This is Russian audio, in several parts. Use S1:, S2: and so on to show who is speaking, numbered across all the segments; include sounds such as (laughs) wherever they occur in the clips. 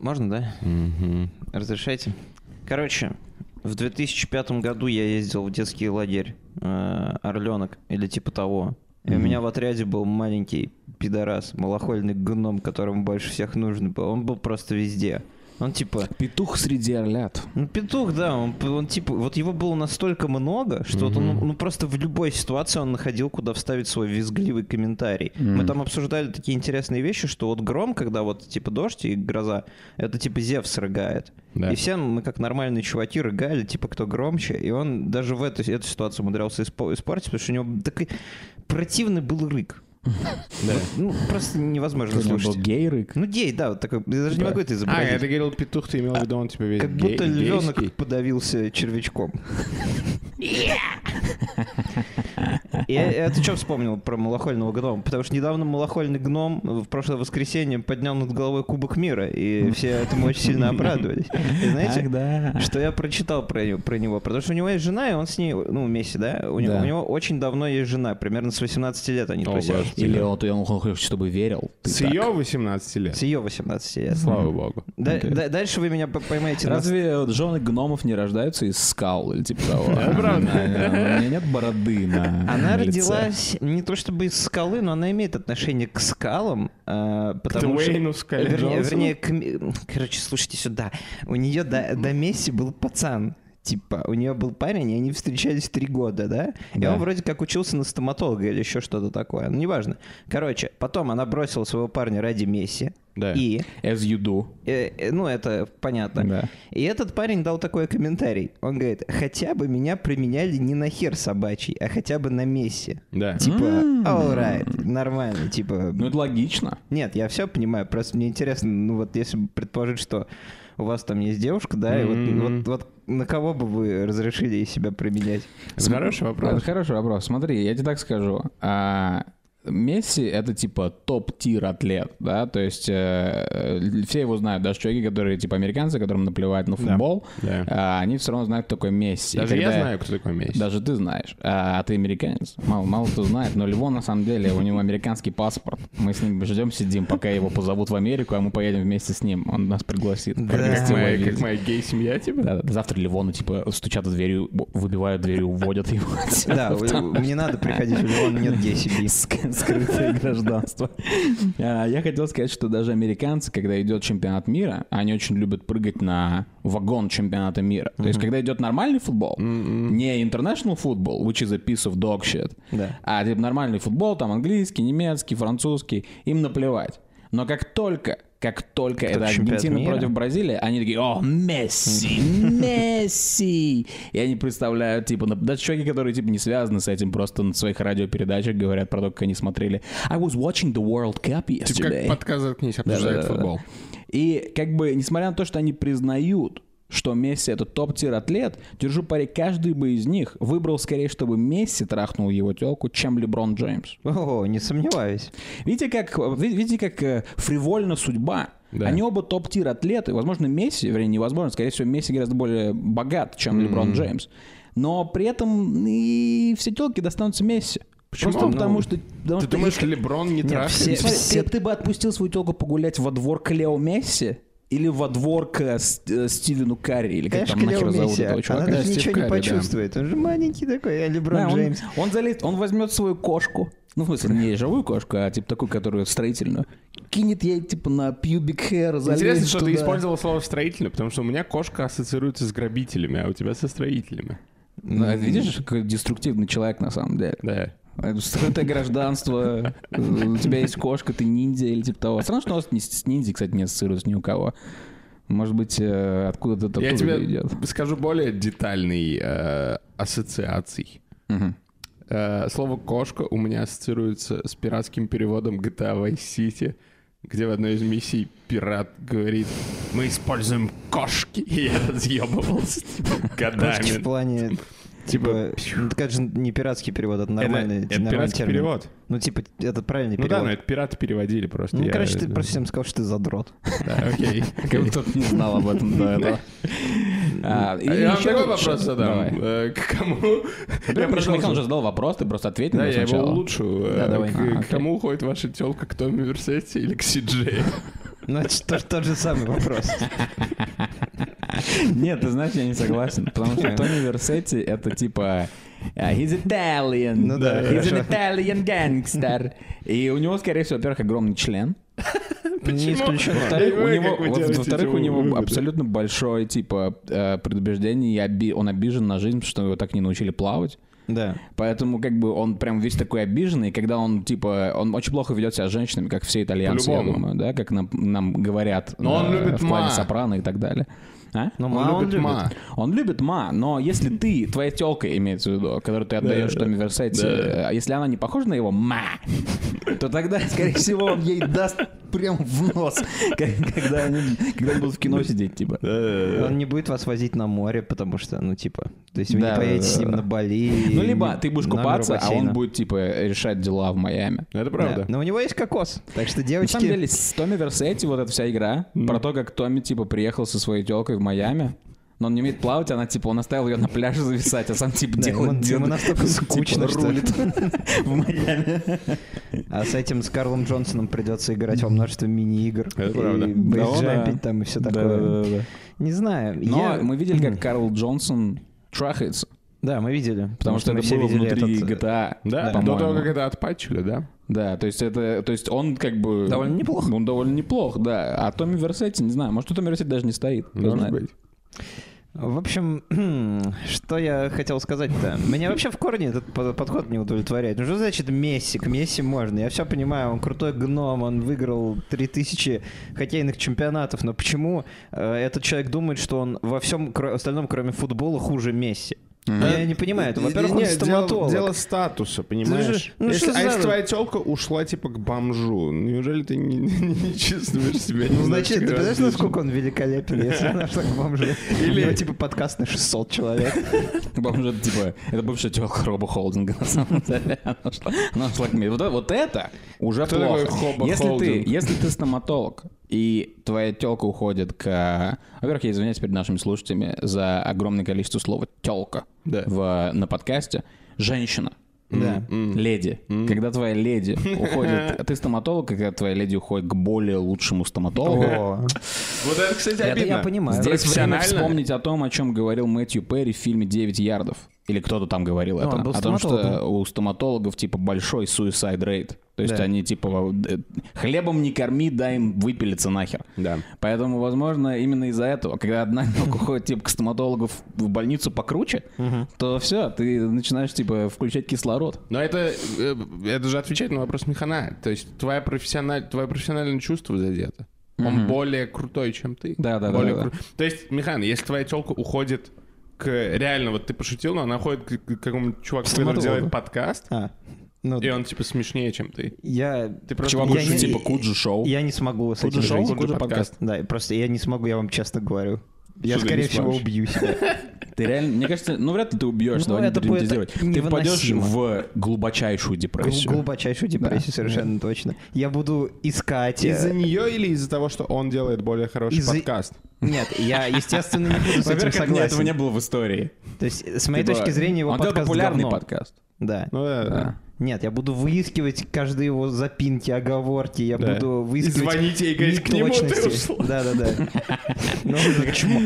S1: Можно, да? Разрешайте. Короче, в 2005 году я ездил в детский лагерь э, Орленок или типа того. И у меня в отряде был маленький пидорас, малохольный гном, которому больше всех нужно было. Он был просто везде. Он типа...
S2: Петух среди орлят.
S1: Ну, петух, да, он, он типа, вот его было настолько много, что вот он, ну, просто в любой ситуации он находил, куда вставить свой визгливый комментарий. Мы там обсуждали такие интересные вещи, что вот гром, когда вот, типа, дождь и гроза, это, типа, Зевс рыгает.
S3: Да.
S1: И все мы, как нормальные чуваки, рыгали, типа, кто громче, и он даже в эту, эту ситуацию умудрялся испо- испортить, потому что у него такой противный был рык. Вот, ну, просто невозможно
S2: Если он был
S1: слушать.
S2: гей-рык.
S1: Ну, гей, да, вот такой, я даже не могу это
S3: А,
S1: изобразить.
S3: я ты говорил петух, ты имел в виду, он тебе весь
S1: Как
S3: гей-
S1: будто львенок
S3: гейский.
S1: подавился
S2: (laughs)
S1: червячком. Я это что вспомнил про малохольного гнома? Потому что недавно малохольный гном в прошлое воскресенье поднял над головой Кубок мира, и все этому очень сильно обрадовались. И
S2: Ах,
S1: знаете,
S2: да.
S1: что я прочитал про него, про него? Потому что у него есть жена, и он с ней, ну, вместе, да? У, него,
S2: Да.
S1: у него очень давно есть жена, примерно с 18 лет они
S3: О,
S1: тусят.
S3: боже.
S2: Или вот он хочет, чтобы верил. Ты
S3: С
S2: так.
S3: ее 18 лет.
S1: С ее 18 лет.
S3: Слава богу.
S1: Да- да- дальше вы меня п- поймаете на
S2: Разве вот жены гномов не рождаются из скал или типа
S3: (laughs)
S2: того?
S3: правда.
S2: Да, У меня нет бороды на
S1: Она
S2: лице.
S1: родилась не то чтобы из скалы, но она имеет отношение к скалам, э, потому что...
S3: Дуэйну Скале
S1: вернее,
S3: Джонсону?
S1: вернее, к ми- короче, слушайте сюда. У нее до, до Месси был пацан. Типа, у нее был парень, и они встречались три года, да? И
S2: Да.
S1: он вроде как учился на стоматолога или еще что-то такое. Ну, неважно. Короче, потом она бросила своего парня ради Месси.
S3: Да.
S1: И
S2: As you do.
S1: Э, э, ну, это понятно.
S2: Да.
S1: И этот парень дал такой комментарий. Он говорит, хотя бы меня применяли не на хер собачий, а хотя бы на Месси.
S3: Да.
S1: Типа, all right, нормально, типа...
S2: Ну это логично.
S1: Нет, я все понимаю, просто мне интересно, ну вот если бы предположить, что у вас там есть девушка, да, и вот-
S3: Мгм.
S1: вот, вот на кого бы вы разрешили себя применять?
S3: Это хороший
S2: Это
S3: вопрос.
S2: хороший вопрос. Смотри, я тебе так скажу. А, Месси — это, типа, топ-тир атлет, да, то есть э, э, все его знают, даже чуваки, которые, типа, американцы, которым наплевать на футбол,
S3: Да.
S2: а, они все равно знают, кто такой Месси. И
S3: Даже я
S2: когда-
S3: знаю, кто такой Месси.
S2: Даже ты знаешь. А, а ты американец. Мало, мало кто знает, но Львон на самом деле, у него американский паспорт. Мы с ним ждем, сидим, пока его позовут в Америку, а мы поедем вместе с ним. Он нас пригласит.
S1: Да.
S2: Как
S3: Как
S2: гостевой
S3: моя, как
S2: визит.
S3: моя гей-семья, типа?
S2: Да, да. завтра Ливону, типа, стучат в дверь, выбивают дверь, уводят его. отсюда, (laughs)
S1: Да, у-
S2: потому
S1: мне надо приходить, у него нет где себе.
S2: Ск- (laughs) скрытое гражданство. А, Я хотел сказать, что даже американцы, когда идет чемпионат мира, они очень любят прыгать на вагон чемпионата мира. То есть, когда идет нормальный футбол, не international футбол, which is a piece of dog shit,
S1: Да.
S2: а типа нормальный футбол, там английский, немецкий, французский, им наплевать. Но как только как только это
S1: чемпионат
S2: Аргентина
S1: мира.
S2: против Бразилии, они такие, о, Месси, Месси. И они представляют, типа, на- даже чуваки, которые, типа, не связаны с этим, просто на своих радиопередачах говорят про то, как они смотрели I was watching the World Cup
S3: Типа
S2: yesterday.
S3: как подкаст заткнись, обсуждают
S2: Да-да-да-да.
S3: футбол.
S2: И как бы, несмотря на то, что они признают, что Месси это топ-тир атлет, держу пари, каждый бы из них выбрал скорее, чтобы Месси трахнул его телку, чем Леброн Джеймс.
S1: О, не сомневаюсь.
S2: Видите, как, ви- видите, как э, фривольна судьба.
S3: Да.
S2: Они оба топ-тир атлеты. Возможно, Месси, вернее, невозможно. Скорее всего, Месси гораздо более богат, чем Леброн Джеймс. Но при этом и все телки достанутся Месси. Просто
S3: Ну,
S2: потому что... потому
S3: Ты
S2: что
S3: думаешь,
S2: их-
S3: Леброн не
S1: Нет,
S3: трахает?
S1: все-
S2: Смотри, Ты, ты бы отпустил свою телку погулять во двор к Лео Месси или во двор к э, С- э, Стивену Карри, или как
S1: Конечно,
S2: там нахер
S1: Лео
S2: зовут
S1: Месси, а
S2: этого
S1: Она
S2: чувака.
S1: даже
S3: Стив
S1: ничего
S3: Карри,
S1: не
S3: да.
S1: почувствует. Он же маленький такой, а
S2: Да,
S1: Леброн
S2: он,
S1: Джеймс.
S2: он залезет, он возьмет свою кошку, ну, в смысле, не живую кошку, а типа такую, которую строительную, кинет ей, типа, на пьюбик хэр, залезет
S3: Интересно, что ты
S2: туда.
S3: использовал слово «строительный», потому что у меня кошка ассоциируется с грабителями, а у тебя со строителями.
S2: Ну, это видишь, какой деструктивный человек на самом деле. А
S3: Да.
S2: Это Скрытое гражданство, э, у тебя есть кошка, ты ниндзя или типа того. Странно, что у нас не с с ниндзя, кстати, не ассоциируется ни у кого. Может быть, э, откуда-то это
S3: Я
S2: оттуда
S3: тебе (laughs)
S2: идет.
S3: скажу более детальный э, ассоциаций. Э, слово «кошка» у меня ассоциируется с пиратским переводом GTA Vice City, где в одной из миссий пират говорит «Мы используем кошки!» И я разъебывался типа,
S1: Кошки в
S3: годами.
S1: плане... Типа, ну, это, конечно, не пиратский перевод, это нормальный,
S3: это
S1: нормальный
S3: пиратский
S1: термин.
S3: перевод.
S1: Ну, типа, это правильный
S3: Ну да,
S1: перевод.
S3: но это пираты переводили просто.
S1: ну,
S3: я-
S1: короче, ты просто всем сказал, что ты задрот. (laughs)
S3: Да, окей.
S2: Как будто кто-то не знал об этом до этого. А, и
S3: Я вам
S2: еще-
S3: такой вопрос задам.
S2: Давай.
S3: Э, К кому? Я
S2: Потому что Михаил
S3: продолжу.
S2: уже задал вопрос, ты просто ответь на
S3: Да,
S2: него
S3: я его
S2: сначала.
S3: улучшу.
S2: Да,
S3: Э,
S2: давай.
S3: к-
S2: А,
S3: К
S2: окей.
S3: кому уходит ваша телка, к Томми Версетти или к Сиджею?
S1: Ну, это тот, тот же самый
S2: (laughs)
S1: вопрос.
S2: Нет, ты знаешь, я не согласен, потому что Тони Версетти — это типа а, He's Italian,
S1: Ну да,
S2: he's
S1: хорошо.
S2: an Italian gangster. И у него, скорее всего, во-первых, огромный член.
S1: Не исключено.
S3: Я
S2: Во-вторых, у
S3: понимаю,
S2: него,
S3: как вы
S2: во-
S3: делаете
S2: во-вторых, у
S3: эти
S2: него
S3: выводы.
S2: абсолютно большое, типа, э, предубеждение, и оби- он обижен на жизнь, что его так не научили плавать.
S1: Да.
S2: Поэтому, как бы, он прям весь такой обиженный, когда он, типа, он очень плохо ведет себя с женщинами, как все итальянцы, я
S3: По-любому.
S2: думаю, да, как нам, нам говорят э,
S3: Но он любит
S2: в плане
S3: ма.
S2: сопрано и так далее. А?
S1: Ну,
S3: Он
S1: ма он
S3: любит
S1: любит.
S3: ма.
S2: Он любит ма, но если ты, твоя телка имеется в виду, которую ты отдаешь
S3: да.
S2: Томми Версетти,
S3: Да.
S2: э, если она не похожа на его ма, (laughs) то тогда, скорее всего, он ей даст прям в нос, (laughs) как- когда они, когда они будут в кино сидеть, типа.
S1: Он не будет вас возить на море, потому что, ну, типа, то есть вы
S2: Да,
S1: не поедете с
S2: да,
S1: ним
S2: да.
S1: на Бали.
S2: Ну, либо ты будешь
S1: на гору
S2: купаться, а он
S1: бассейна.
S2: будет, типа, решать дела в Майами.
S4: Ну,
S3: Это
S1: Да.
S3: правда.
S1: Но у него есть кокос. Так что, девочки...
S2: На самом деле, с Томми Версетти вот эта вся игра про то, как Томми, типа, приехал со своей телкой в Майами, но он не умеет плавать, она, типа, он оставил ее на пляже зависать, а сам, типа,
S1: Да,
S2: делает
S1: ему- ему
S2: делает-
S1: настолько
S2: (laughs) типа,
S1: скучно, что... (laughs)
S2: рулит в Майами.
S1: А с этим, с Карлом Джонсоном придется играть во множество мини-игр.
S3: Это правда.
S1: И
S2: Да,
S1: бейсджампить
S2: да.
S1: там и все
S2: Да,
S1: такое.
S2: да, да, да.
S1: Не знаю.
S2: Но
S1: я-
S2: мы видели, как Карл Джонсон трахается,
S1: Да, мы видели.
S2: потому что
S1: мы Ну,
S2: это
S1: все
S2: было
S1: видели
S2: внутри
S1: этот, э,
S2: GTA,
S3: Да, до того, как
S2: ну, по-моему.
S3: это отпатчили, да?
S2: Да, то есть это, то есть он как бы...
S1: Довольно неплохо.
S2: Он довольно неплох, да. А Томми Версетти, не знаю, может, у Томми Версетти даже не стоит. кто
S3: Может
S2: знает.
S3: быть.
S1: В общем, (clears throat) что я хотел сказать-то? Меня вообще в корне этот по- подход не удовлетворяет. Ну что значит Месси? К Месси можно. Я все понимаю, он крутой гном, он выиграл 3000 хоккейных чемпионатов, но почему э, этот человек думает, что он во всем кро- остальном, кроме футбола, хуже Месси? Я не понимаю это. Во-первых, он
S4: Нет, дело-
S1: стоматолог.
S4: Дело статуса, понимаешь?
S1: ну
S4: Если-
S1: что за
S4: а если
S1: народ?
S4: твоя телка ушла типа к бомжу, неужели ты не, (laughs) не- не чувствуешь себя
S1: Ну, значит, ты
S4: немножечко
S1: понимаешь,
S4: различным?
S1: насколько он великолепен, если она шла к бомжу? Или типа подкаст на 600 человек.
S2: Бомж это типа, это бывшая телка Роба Холдинга, на самом деле. (laughs) Она шла- она шла к мне. Вот это- Вот это уже
S3: Кто
S2: плохо.
S3: такой Хоба
S2: Если ты,
S3: Холдинг?
S2: если ты стоматолог, и твоя телка уходит к... Во-первых, я извиняюсь перед нашими слушателями за огромное количество слова телка
S3: Да.
S2: в, на подкасте. Женщина.
S1: Да.
S2: Леди. Когда
S3: (laughs)
S2: твоя леди уходит... Ты стоматолог, и когда твоя леди уходит к более лучшему стоматологу.
S3: Вот это, кстати,
S1: Это
S3: обидно.
S1: я понимаю.
S2: Здесь время
S3: Профессионально.
S2: вспомнить о том, о чем говорил Мэтью Перри в фильме «9 ярдов». Или кто-то там говорил это.
S1: А, он был
S2: о том, что
S1: стоматологом.
S2: у стоматологов типа большой suicide rate. То есть
S1: Да.
S2: они типа э, хлебом не корми, дай им выпилиться нахер.
S3: Да.
S2: Поэтому, возможно, именно из-за этого,
S1: (laughs)
S2: когда одна нога уходит типа к стоматологу в- в больницу покруче, то все, ты начинаешь типа включать кислород.
S3: Но это, э, это же отвечает на вопрос Михана. То есть твоя профессиональ... твое профессиональное чувство задето. Он более крутой, чем ты.
S2: Да, да, да,
S3: Более
S2: да, да.
S3: То есть, Михан, если твоя телка уходит к... Реально, вот ты пошутил, но она ходит к, к какому-нибудь чуваку, который
S1: Стоматологу.
S3: делает подкаст,
S1: А, ну,
S3: и он, типа, смешнее, чем ты.
S1: я...
S3: Ты просто...
S2: Чувак,
S1: Я
S2: уже
S1: не-
S2: типа Куджи шоу.
S1: Я не смогу с
S2: Куджи
S1: этим
S2: шоу,
S3: Куджи
S1: жить.
S2: Куджи
S3: подкаст.
S2: подкаст.
S1: Да, просто я не смогу, я вам честно говорю. Я,
S3: Что ты
S1: скорее
S3: не
S1: всего,
S3: сможешь? (laughs)
S1: убью себя.
S2: Ты реально, мне кажется, ну вряд ли ты убьешь,
S1: Ну,
S2: давай не
S1: это
S2: будем
S1: будет
S2: это делать. Ты
S1: невыносимо.
S2: впадешь в глубочайшую
S1: Глу-
S2: депрессию.
S1: Глубочайшую депрессию, совершенно точно. Я буду искать... э,
S4: Из-за нее или из-за того, что он делает более хороший
S1: Из-за-
S4: подкаст?
S1: Нет, я, естественно, не буду с этим
S2: Во-первых, этого не
S1: согласен.
S2: было в истории.
S1: То есть, с моей
S2: Типа,
S1: точки зрения, его
S2: он делал
S1: подкаст
S2: популярный
S1: говно.
S2: подкаст.
S1: Да.
S4: Ну да, да.
S1: Нет, я буду выискивать каждые его запинки, оговорки, я
S4: Да.
S1: буду
S3: И
S1: выискивать
S3: звонить ей, говорить, «К нему ты ушла». (laughs)
S1: Да-да-да. Ну,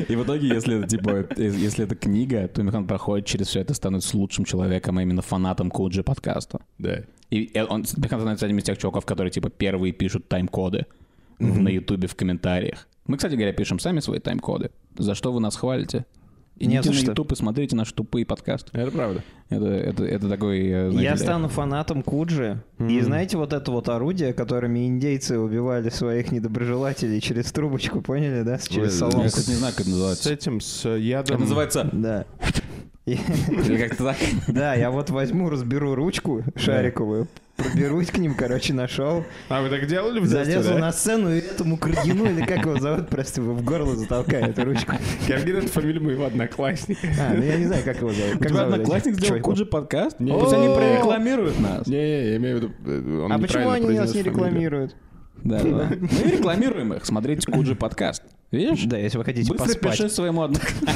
S2: И в итоге, если это типа, э, если это книга, то Михан проходит через все это, становится лучшим человеком, а именно фанатом Коджи подкаста.
S3: Да.
S2: И э, он, Михан становится одним из тех чуваков, которые типа первые пишут тайм-коды в- на Ютубе в комментариях. Мы, кстати говоря, пишем сами свои тайм-коды. За что вы нас хвалите?
S1: Не за
S2: Идите на
S1: что.
S2: Ютуб и смотрите наши тупые подкасты.
S3: Это правда.
S2: Это, это, это такой... э, знаете
S1: Я
S2: ли,
S1: стану фанатом Куджи. И знаете, вот это вот орудие, которыми индейцы убивали своих недоброжелателей через трубочку, поняли, да? Через
S4: Ой,
S2: Я,
S1: соломку.
S2: кстати, не знаю, как это
S4: С
S2: называется.
S4: этим, с
S2: Это
S4: ядом...
S2: называется... (laughs)
S1: Да. И- (laughs)
S2: Или как-то так.
S1: Да, я вот возьму, разберу ручку шариковую, проберусь к ним, короче, нашел,
S4: А вы так делали в детстве,
S1: залезу
S4: да?
S1: на сцену и этому Каргину, или как его зовут, просто в горло затолкаю эту ручку.
S3: Георгин — это фамилия моего одноклассника.
S1: А, ну я не знаю, как его зовут. Как
S2: У тебя
S1: зовут
S2: одноклассник
S1: этих
S2: сделал
S1: чуваков?
S2: Куджи подкаст?
S3: Не.
S2: Пусть они
S3: О!
S2: прорекламируют нас.
S3: Не-не, я имею в виду... э, он
S1: А почему
S3: неправильно
S1: они нас не
S3: произнес фамилию.
S1: рекламируют?
S2: Да, да. Мы рекламируем их. Смотрите Куджи подкаст. Видишь?
S1: Да, если вы хотите
S2: Быстро
S1: поспать.
S2: пиши своему однокласснику.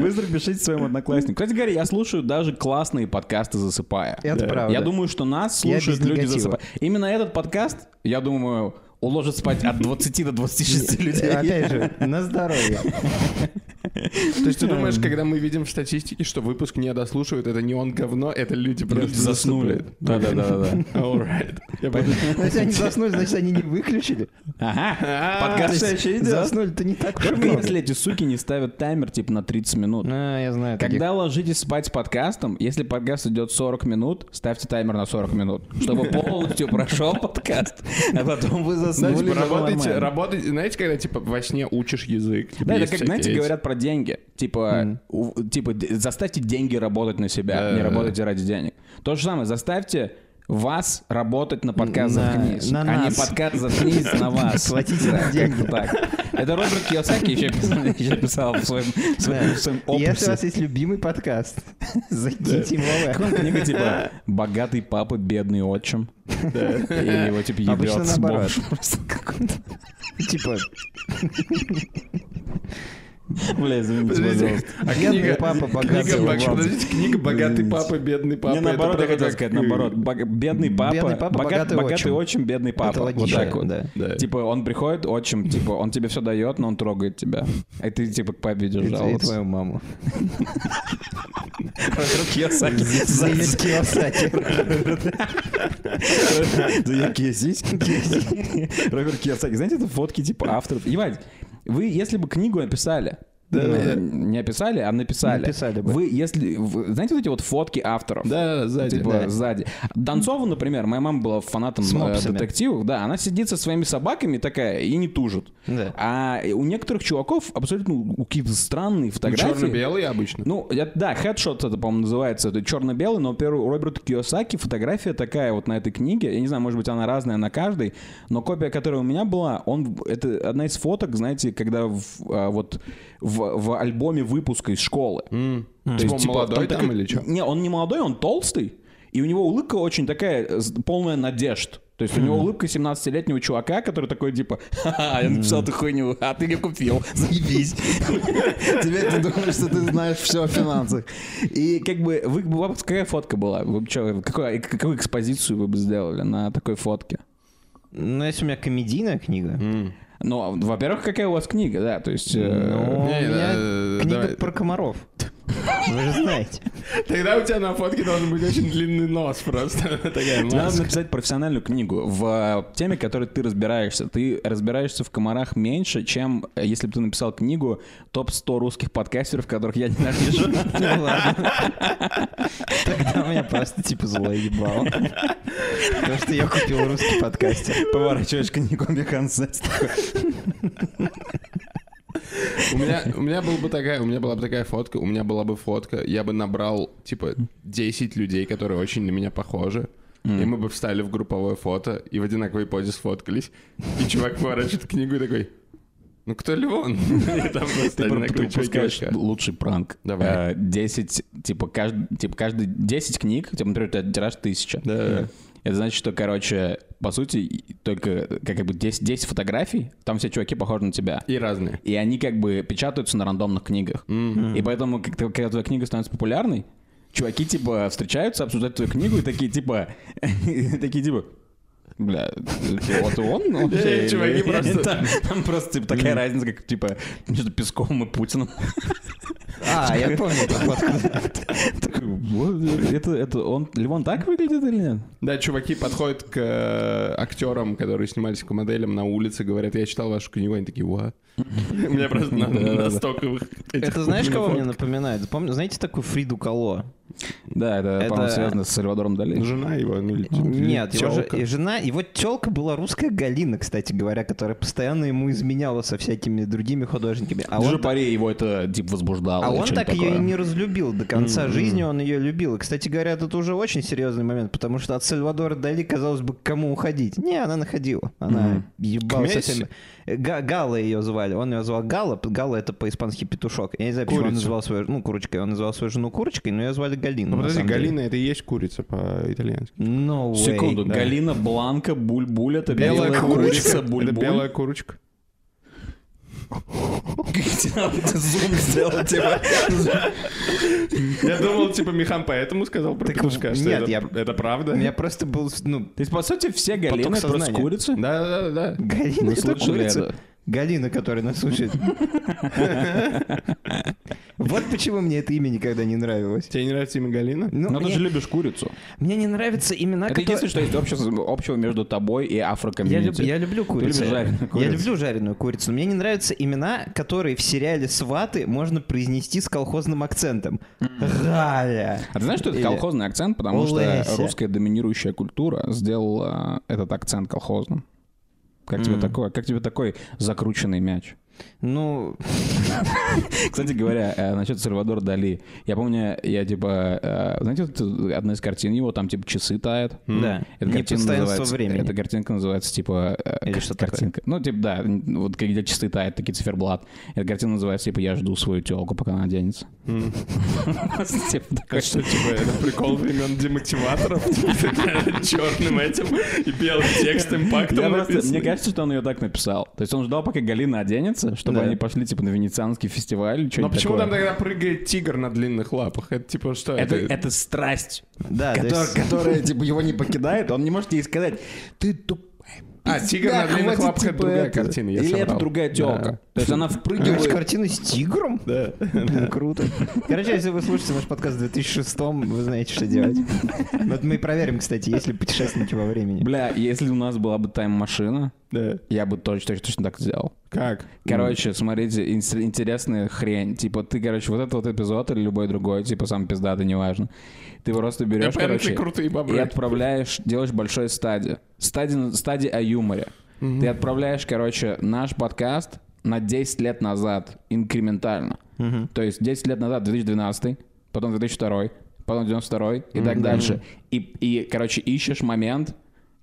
S2: Быстро пишите своим одноклассникам. Кстати говоря, я слушаю даже классные подкасты засыпая.
S5: Это правда.
S2: Я думаю, что нас
S5: Я без
S2: слушают люди
S5: негатива.
S2: засыпая. Именно этот подкаст, я думаю, уложит спать от 20 до 26 людей.
S5: Опять же, на здоровье.
S4: То есть ты думаешь, когда мы видим в статистике, что выпуск не дослушивают, это не он говно, это люди просто
S2: Заснули. Да-да-да.
S4: (laughs) Alright. Я понял.
S5: Но Ну, если они заснули, значит, они не выключили. А,
S2: Ага.
S4: А,
S2: Подкаст
S5: То есть
S2: еще идет.
S5: Заснули-то не так уж и
S2: Как
S5: много.
S2: если эти суки не ставят таймер типа на 30 минут?
S1: А, я знаю. таких.
S2: Когда ложитесь спать с подкастом, если подкаст идет 40 минут, ставьте таймер на 40 минут,
S5: (laughs)
S2: чтобы полностью прошел подкаст, а потом вы заснули.
S4: Знаете, типа,
S2: было
S4: работайте,
S2: нормально.
S4: работайте. Знаете, когда типа во сне учишь язык? типа,
S2: Да, это
S4: есть
S2: как,
S4: всякие
S2: знаете,
S4: эти-
S2: говорят про деньги. Типа, у- типа, д- заставьте деньги работать на себя, а не
S4: Да.
S2: работайте ради денег. То же самое, заставьте вас работать на подкаст
S5: На-
S2: «Заткнись»,
S5: на
S2: а не
S5: нас.
S2: подкаст «Заткнись»
S5: (laughs)
S2: на вас.
S5: Платите нам деньги.
S2: Как-то так. Это Роберт Киосаки еще писал, (laughs) еще писал в своем, в своем- в своем опусе.
S5: Если у вас есть любимый подкаст, (laughs) закиньте его.
S2: Какая книга типа «Богатый папа, бедный отчим». И его типа
S5: Обычно
S2: ебет с
S5: наоборот.
S2: бомжем. Просто какой-то.
S5: в- Типа,
S2: Бля, извините, пожалуйста.
S5: бедный папа,
S4: А Книга,
S5: богатый
S4: бог-
S5: папа.
S4: подождите, книга «Богатый папа, бедный папа».
S2: Мне
S4: Это
S2: наоборот, я
S4: прямо
S2: хотел
S4: как,
S2: сказать,
S4: э, (laughs)
S2: наоборот. Бог- Бедный папа,
S5: Бедный папа,
S2: богат-
S5: богатый отчим.
S2: отчим, бедный
S5: Это
S2: папа. вот
S5: логично,
S2: так вот.
S5: да.
S4: Да.
S2: Типа он приходит, отчим, типа он тебе все дает, но он трогает тебя. А ты типа к папе идешь
S5: И- И
S2: жаловаться.
S5: твою маму.
S2: Роберт Кийосаки. За-
S5: Заявить Киосаки.
S2: (laughs) за
S4: (laughs)
S2: яркие сиськи. Роберт Кийосаки. А, Знаете, это фотки типа авторов. Ебать, вы если бы книгу написали,
S4: да.
S2: ну, не описали, а написали.
S5: Написали бы.
S2: Вы, если... вы- знаете вот эти вот фотки авторов?
S4: Да, сзади.
S2: Типа сзади. Донцова, например, моя мама была фанатом
S5: С
S2: э,
S5: мопсами.
S2: детективов, да, она сидит со своими собаками такая и не тужит.
S5: Да.
S2: А у некоторых чуваков абсолютно у какие-то
S4: Ну,
S2: странные фотографии.
S4: Черно-белый
S2: (laughs)
S4: обычно.
S2: Ну, я- да, хедшот это, по-моему, называется. Это черно-белый, но первый у Роберта Киосаки фотография такая вот на этой книге. Я не знаю, может быть, она разная на каждой, но копия, которая у меня была, он в- это одна из фоток, знаете, когда в, а, вот в, в альбоме выпуска из школы. То
S4: Типа он молодой
S2: там
S4: там
S2: такой-
S4: или чё?
S2: Не, он не молодой, он толстый, и у него улыбка очень такая э, с- полная надежд. То есть у него улыбка 17-летнего чувака, который такой типа, ха-ха, я написал эту хуйню, а ты не купил, заебись. Теперь ты думаешь, что ты знаешь все о финансах. И как бы, вы бы- у вас какая фотка была? Вы бы чё, какую, какую экспозицию вы бы сделали на такой фотке?
S1: Ну, если у меня комедийная книга,
S2: Ну, во-первых, какая у вас книга, да, то есть... э,
S1: Ну, у
S4: Не,
S1: меня
S4: э,
S1: книга
S4: давай.
S1: про комаров. Вы же знаете.
S4: Тогда у тебя на фотке должен быть очень длинный нос просто. (laughs) Такая
S2: Тебе надо
S4: маска.
S2: написать профессиональную книгу в э, теме, в которой ты разбираешься. Ты разбираешься в комарах меньше, чем э, если бы ты написал книгу «Топ-100 русских подкастеров, которых
S4: (laughs)
S2: я ненавижу».
S1: Ну ладно. Тогда меня просто типа заебало. Потому что я купил русский подкастер.
S2: Поворачиваешь книгу (laughs) Беконсест.
S4: У меня, у меня была бы такая, у меня была бы такая фотка, у меня была бы фотка, я бы набрал, типа, 10 людей, которые очень на меня похожи, и мы бы встали в групповое фото, и в одинаковой позе сфоткались, и чувак поворачивает книгу и такой, ну кто ли он? (laughs) И там просто
S2: Ты
S4: одинаковые
S2: пропускаешь
S4: чуваки.
S2: лучший пранк.
S4: Давай.
S2: Э, 10, типа, каждый, типа, каждый 10 книг, типа, например, у тебя тираж 1000.
S4: Да.
S2: Это значит, что, короче, по сути, и- только как как бы 10, 10 фотографий, там все чуваки похожи на тебя.
S4: И разные.
S2: И они как бы печатаются на рандомных книгах. И поэтому, как- когда твоя книга становится популярной, чуваки типа встречаются, обсуждают твою книгу и такие типа... (laughs) Такие типа... Бля, вот он? он вообще,
S4: Э, чуваки
S2: или-
S4: просто-
S2: Там, там просто типа, такая разница, как типа между Песковым и Путиным. (laughs)
S1: А, я помню эту фотку.
S2: Такой, «Вот, Это, это он, Левон так выглядит или нет?
S4: Да, чуваки подходят к э, актерам, которые снимались к моделям на улице, говорят, я читал вашу книгу, они такие, ва. (laughs) У меня просто на- на стоковых этих
S1: Это знаешь, кого
S4: фоток.
S1: мне напоминает? Помню- Знаете такую Фриду Кало?
S2: Да, это,
S1: Это-
S2: по-моему, связано с Сальвадором Дали.
S4: Жена его, ну или
S1: Нет, его же-
S4: тёлка.
S1: и жена, его телка была русская Галина, кстати говоря, которая постоянно ему изменяла со всякими другими художниками. А он, та-
S2: Жопаре его это типа возбуждало.
S1: а
S2: или
S1: он
S2: что-нибудь
S1: так ее и
S2: такое.
S1: не разлюбил. До конца жизни он ее любил. И, кстати говоря, это уже очень серьезный момент, потому что от Сальвадора Дали, казалось бы, к кому уходить. Не, она находила. Она ебалась со
S4: Месси?
S1: всеми. Га- Гала ее звали. Он ее звал Гала. Гала это по-испански петушок. Я не знаю, почему он
S4: Курица.
S1: называл свою ну, курочкой. Он называл свою жену курочкой, но ее звали Галина.
S6: Ну,
S1: на
S6: подожди,
S1: самом деле.
S6: Галина это и есть курица по-итальянски.
S1: No way.
S2: Секунду, Галина, Бланка, Буль-Буль, это
S6: Белая
S2: белая
S6: курочка.
S2: курица,
S6: Это
S2: Буль-Буль.
S6: белая курочка.
S2: Зум сделал, типа.
S4: Я думал, типа, Михан поэтому сказал про петушка, что
S7: нет,
S4: это-
S7: я-
S4: это правда.
S7: Я просто был, ну,
S2: То есть, по сути, все галины просто с
S7: сознания.
S2: курицы?
S4: Да, да, да.
S7: Галина, это
S2: слышали
S7: курица.
S2: это?
S7: Галина, которая нас
S1: (laughs)
S7: слушает. Вот почему мне это имя никогда не нравилось.
S4: Тебе не нравится имя Галина?
S7: Ну,
S2: Но ты
S7: мне-
S2: же любишь курицу.
S1: Мне не нравятся имена,
S2: Это
S1: которые...
S2: единственное, что есть общего, общего между тобой и
S1: А Я, люб-
S2: афрокомьюнити.
S1: я люблю курицу.
S2: любишь жареную
S1: Я
S2: курицу?
S1: люблю жареную курицу. но Мне не нравятся имена, которые в сериале «Сваты» можно произнести с колхозным акцентом. Галя.
S2: А ты знаешь, что это
S1: Или-
S2: колхозный акцент? Потому
S1: Олеся.
S2: что русская доминирующая культура сделала этот акцент колхозным. Как тебе такое? Как тебе такой закрученный мяч?
S1: Ну,
S2: Кстати говоря, э, насчет Сальвадора Дали. Я помню, я типа... э, Знаете, вот одна из картин его, там типа часы тают.
S1: да.
S2: Эта картина
S1: Непостоянство
S2: называется-
S1: времени.
S2: Эта картинка называется типа... э,
S1: Или
S2: кар-
S1: что-то
S2: картинка. Ну, типа, да, н- вот как где часы тают, такие циферблат. Эта картина называется типа «Я жду свою телку, пока она оденется». (laughs) Типа такой.
S4: А что, типа, это прикол времен демотиваторов? (laughs) Черным этим и белым текст
S2: Я
S4: импактом
S2: просто- мне
S4: написано.
S2: кажется, что он ее так написал. То есть он ждал, пока Галина оденется, чтобы
S1: Да.
S2: они пошли типа на венецианский фестиваль или
S4: Но
S2: что-нибудь
S4: почему там
S2: такое.
S4: тогда прыгает тигр на длинных лапах? Это типа что?
S2: Это, это страсть,
S1: Да, то
S2: которая,
S1: есть-
S2: которая, типа его не покидает, он не может ей сказать, ты тупая.
S4: А, «Тигр на
S2: пизда,
S4: длинных
S2: хватит,
S4: лапах»
S2: типа,
S4: это другая
S2: это».
S4: картина, я
S2: Или
S4: соврал.
S2: это другая телка. То есть она
S7: У вас
S2: впрыгивает.
S7: картина с тигром? Да. Блин, круто. Короче, если вы слушаете наш подкаст в 2006 вы знаете, что делать. Вот мы проверим, кстати, есть ли путешественники во времени.
S2: Бля, если у нас была бы тайм-машина,
S4: Да.
S2: я бы точно, точно, точно так сделал.
S4: Как?
S2: Короче, смотрите, инс- интересная хрень. Типа, ты, короче, вот этот вот эпизод или любой другой, типа, сам пиздатый, неважно. Ты просто берешь,
S4: Apparently
S2: короче,
S4: крутые бобры.
S2: и отправляешь, делаешь большой стадии. Стадии, стадии о юморе. Ты отправляешь, короче, наш подкаст на 10 лет назад инкрементально. То есть 10 лет назад, 2012, потом 2002, потом 92 и так дальше. И, и, короче, ищешь момент,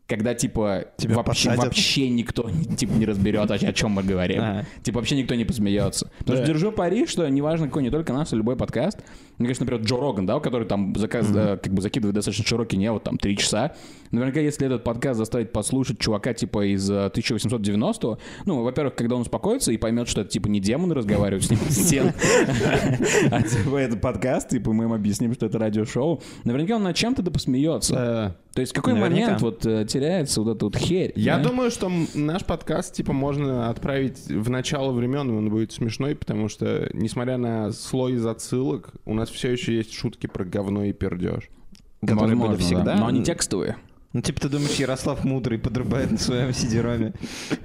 S2: когда, типа, вообще,
S7: посадят.
S2: вообще никто типа, не разберет, о чем мы говорим.
S1: Ага.
S2: Типа вообще никто не посмеется. Потому что держу пари, что неважно какой, не только нас, а любой подкаст. Мне кажется, например, Джо Роган, да, который там заказ, э, как бы закидывает достаточно широкий не, вот там три часа. Наверняка, если этот подкаст заставить послушать чувака типа из э, 1890-го, ну, во-первых, когда он успокоится и поймет, что это типа не демоны разговаривают с ним из стен, а типа это подкаст, типа мы им объясним, что это радиошоу. Наверняка он над чем-то да посмеется.
S6: Э,
S4: Да.
S2: То есть в какой
S1: Наверняка.
S2: момент вот э, теряется вот эта вот херь?
S4: Я
S2: да?
S4: думаю, что м- наш подкаст, типа, можно отправить в начало времен, и он будет смешной, потому что, несмотря на слой зацилок, у нас все еще есть шутки про говно и пердеж.
S1: которые были
S2: Возможно, да.
S1: всегда.
S2: Но они текстовые.
S1: Ну, типа, ты думаешь, Ярослав Мудрый подрубает на своем сидероме.